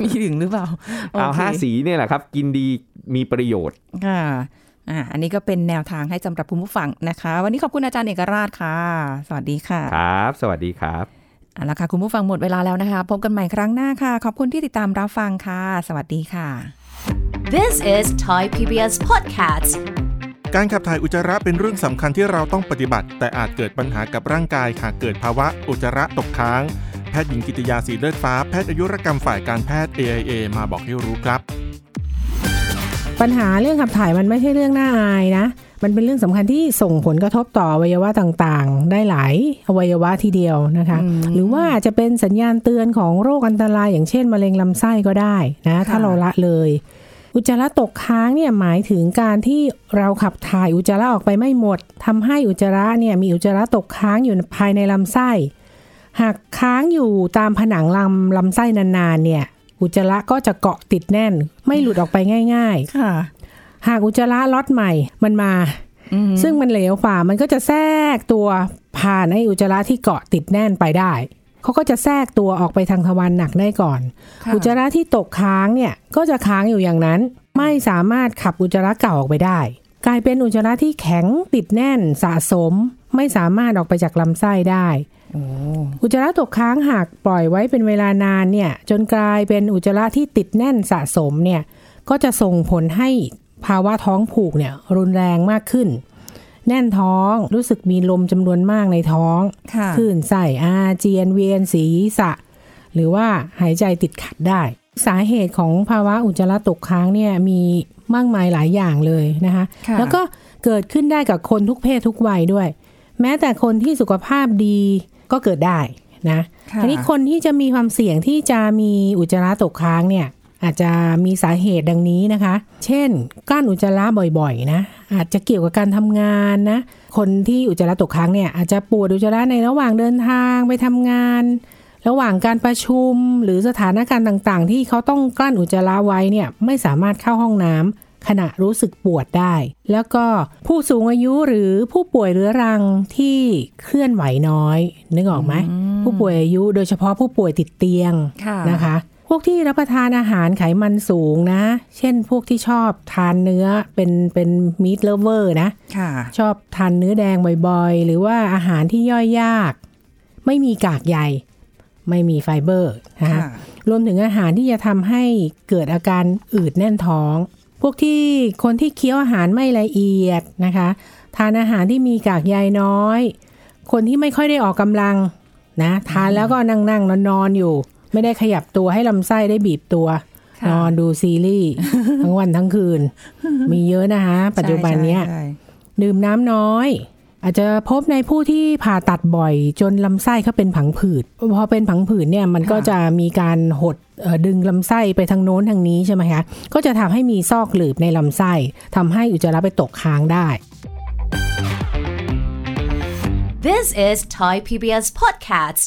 Speaker 3: มีถึงหรือเปล่า
Speaker 2: เอา
Speaker 3: โค
Speaker 2: ห้าสีเนี่ยแหละครับ กินดีมีประโยชน์
Speaker 3: ค่ะอ่า อันนี้ก็เป็นแนวทางให้สำหรับคุณผู้ฟังนะคะ วันนี้ขอบคุณอาจารย์เอกราชค่ะ สวัสดีค่ะ
Speaker 2: ครับ สวัสดีครับ
Speaker 3: เอาละค่ะ คุณผู้ฟังหมดเวลาแล้วนะคะ พบกันใหม่ครั้งหน้าค่ะ ขอบคุณที่ติดตามรับฟังค่ะ สวัสดีค่ะ
Speaker 1: This is Thai PBS Podcasts.
Speaker 4: การขับถ่ายอุจจาระเป็นเรื่องสำคัญที่เราต้องปฏิบัติ แต่อาจเกิดปัญหากับร่างกายหากเกิดภาวะอุจจาระตกค้าง แพทย์หญิงกิติยาสีเลือดฟ้า แพทย์อายุรกรรมฝ่ายการแพทย์ AIA มาบอกให้รู้ครับ
Speaker 5: ปัญหาเรื่องขับถ่ายมันไม่ใช่เรื่องน่าอายนะ มันเป็นเรื่องสำคัญที่ส่งผลกระทบต่ออวัยวะต่างๆ ได้หลายอวัยวะทีเดียวนะคะ
Speaker 3: อืม
Speaker 5: หรือว่าอาจจะเป็นสัญญาณเตือนของโรคอันตราย อย่างเช่นมะเร็งลำไส้ก็ได้นะ ถ้า
Speaker 3: ค่ะ
Speaker 5: เราละเลย อุจจาระตกค้างเนี่ยหมายถึงการที่เราขับถ่ายอุจจาระออกไปไม่หมดทำให้อุจจาระเนี่ยมีอุจจาระตกค้างอยู่ภายในลำไส้ หากค้างอยู่ตามผนังลำลำไส้นานๆเนี่ย อุจจาระก็จะเกาะติดแน่น ไม่หลุดออกไปง่าย
Speaker 3: ค่ะ
Speaker 5: ๆ หากอุจจาระล็อตใหม่มันมา
Speaker 3: อืม
Speaker 5: ซึ่งมันเหลวกว่ามันก็จะแทรกตัวผ่านไอ้อุจจาระที่เกาะติดแน่นไปได้ เขาก็จะแทรกตัวออกไปทางทวารหนักได้ก่อน
Speaker 3: ค่ะ
Speaker 5: อุจจาระที่ตกค้างเนี่ยก็จะค้างอยู่อย่างนั้น ไม่สามารถขับอุจจาระเก่าออกไปได้ กลายเป็นอุจจาระที่แข็งติดแน่นสะสม ไม่สามารถออกไปจากลำไส้ได้
Speaker 3: โอ้
Speaker 5: อุจจาระตกค้างหากปล่อยไว้เป็นเวลานานเนี่ยจนกลายเป็นอุจจาระที่ติดแน่นสะสมเนี่ยก็จะส่งผลให้ภาวะท้องผูกเนี่ยรุนแรงมากขึ้น แน่นท้องรู้สึกมีลมจำนวนมากในท้อง
Speaker 3: ค่ะ
Speaker 5: คลื่นไส้อาเจียนเวียนศีรษะ หรือว่าหายใจติดขัดได้ สาเหตุของภาวะอุจจาระตกค้างเนี่ยมีมากมายหลายอย่างเลยนะคะ
Speaker 3: ค่ะ
Speaker 5: แล้วก็เกิดขึ้นได้กับคนทุกเพศทุกวัยด้วย แม้แต่คนที่สุขภาพดีก็เกิดได้นะ
Speaker 3: ค่ะ
Speaker 5: ทีนี้คนที่จะมีความเสี่ยงที่จะมีอุจจาระตกค้างเนี่ยอาจจะมีสาเหตุดังนี้นะคะ เช่นกลั้นอุจจาระบ่อยๆนะอาจจะเกี่ยวกับการทำงานนะคนที่อุจจาระตกค้างเนี่ยอาจจะปวดอุจจาระในระหว่างเดินทางไปทำงาน ระหว่างการประชุมหรือสถานการณ์ต่างๆ ที่เขาต้องกลั้นอุจจาระไว้เนี่ยไม่สามารถเข้าห้องน้ำขณะรู้สึกปวดได้ แล้วก็ผู้สูงอายุหรือผู้ป่วยเรื้อรังที่เคลื่อนไหวน้อย นึกออกไหมผู้ป่วยอายุโดยเฉพาะผู้ป่วยติดเตียง
Speaker 3: ค่ะ
Speaker 5: นะคะ พวกที่รับประทานอาหารไขมันสูงนะ เช่นพวกที่ชอบทานเนื้อเป็นเป็นมีทเลเวอร์นะ
Speaker 3: ค่ะ
Speaker 5: ชอบทานเนื้อแดงบ่อยๆ หรือว่าอาหารที่ย่อยยาก ไม่มีกากใยไม่มีไฟเบอร์นะคะรวมถึงอาหารที่จะทำให้เกิดอาการอืดแน่นท้อง พวกที่คนที่เคี้ยวอาหารไม่ละเอียดนะคะ ทานอาหารที่มีกากใยน้อย คนที่ไม่ค่อยได้ออกกำลังนะทานแล้วก็นั่งนั่งนอนนอนๆอยู่ ไม่ได้ขยับตัวให้ลำไส้ได้บีบตัว
Speaker 3: ค่ะ
Speaker 5: นอนดูซีรีส์ ทั้งวันทั้งคืน มีเยอะนะคะ ปัจจุบันเนี้ย
Speaker 3: ใช่ใช่ใช่
Speaker 5: ดื่มน้ำน้อย อาจจะพบในผู้ที่ผ่าตัดบ่อย จนลำไส้เขาเป็นผังผืดพอเป็นผังผืดเนี่ยมันก็จะมีการหดเอ่อดึงลำไส้ไปทางโน้นทางนี้ใช่ไหมคะก็จะทำให้มีซอกหลืบในลำไส้ทำให้อุจจาระไปตกค้างได้
Speaker 1: This is Thai PBS Podcast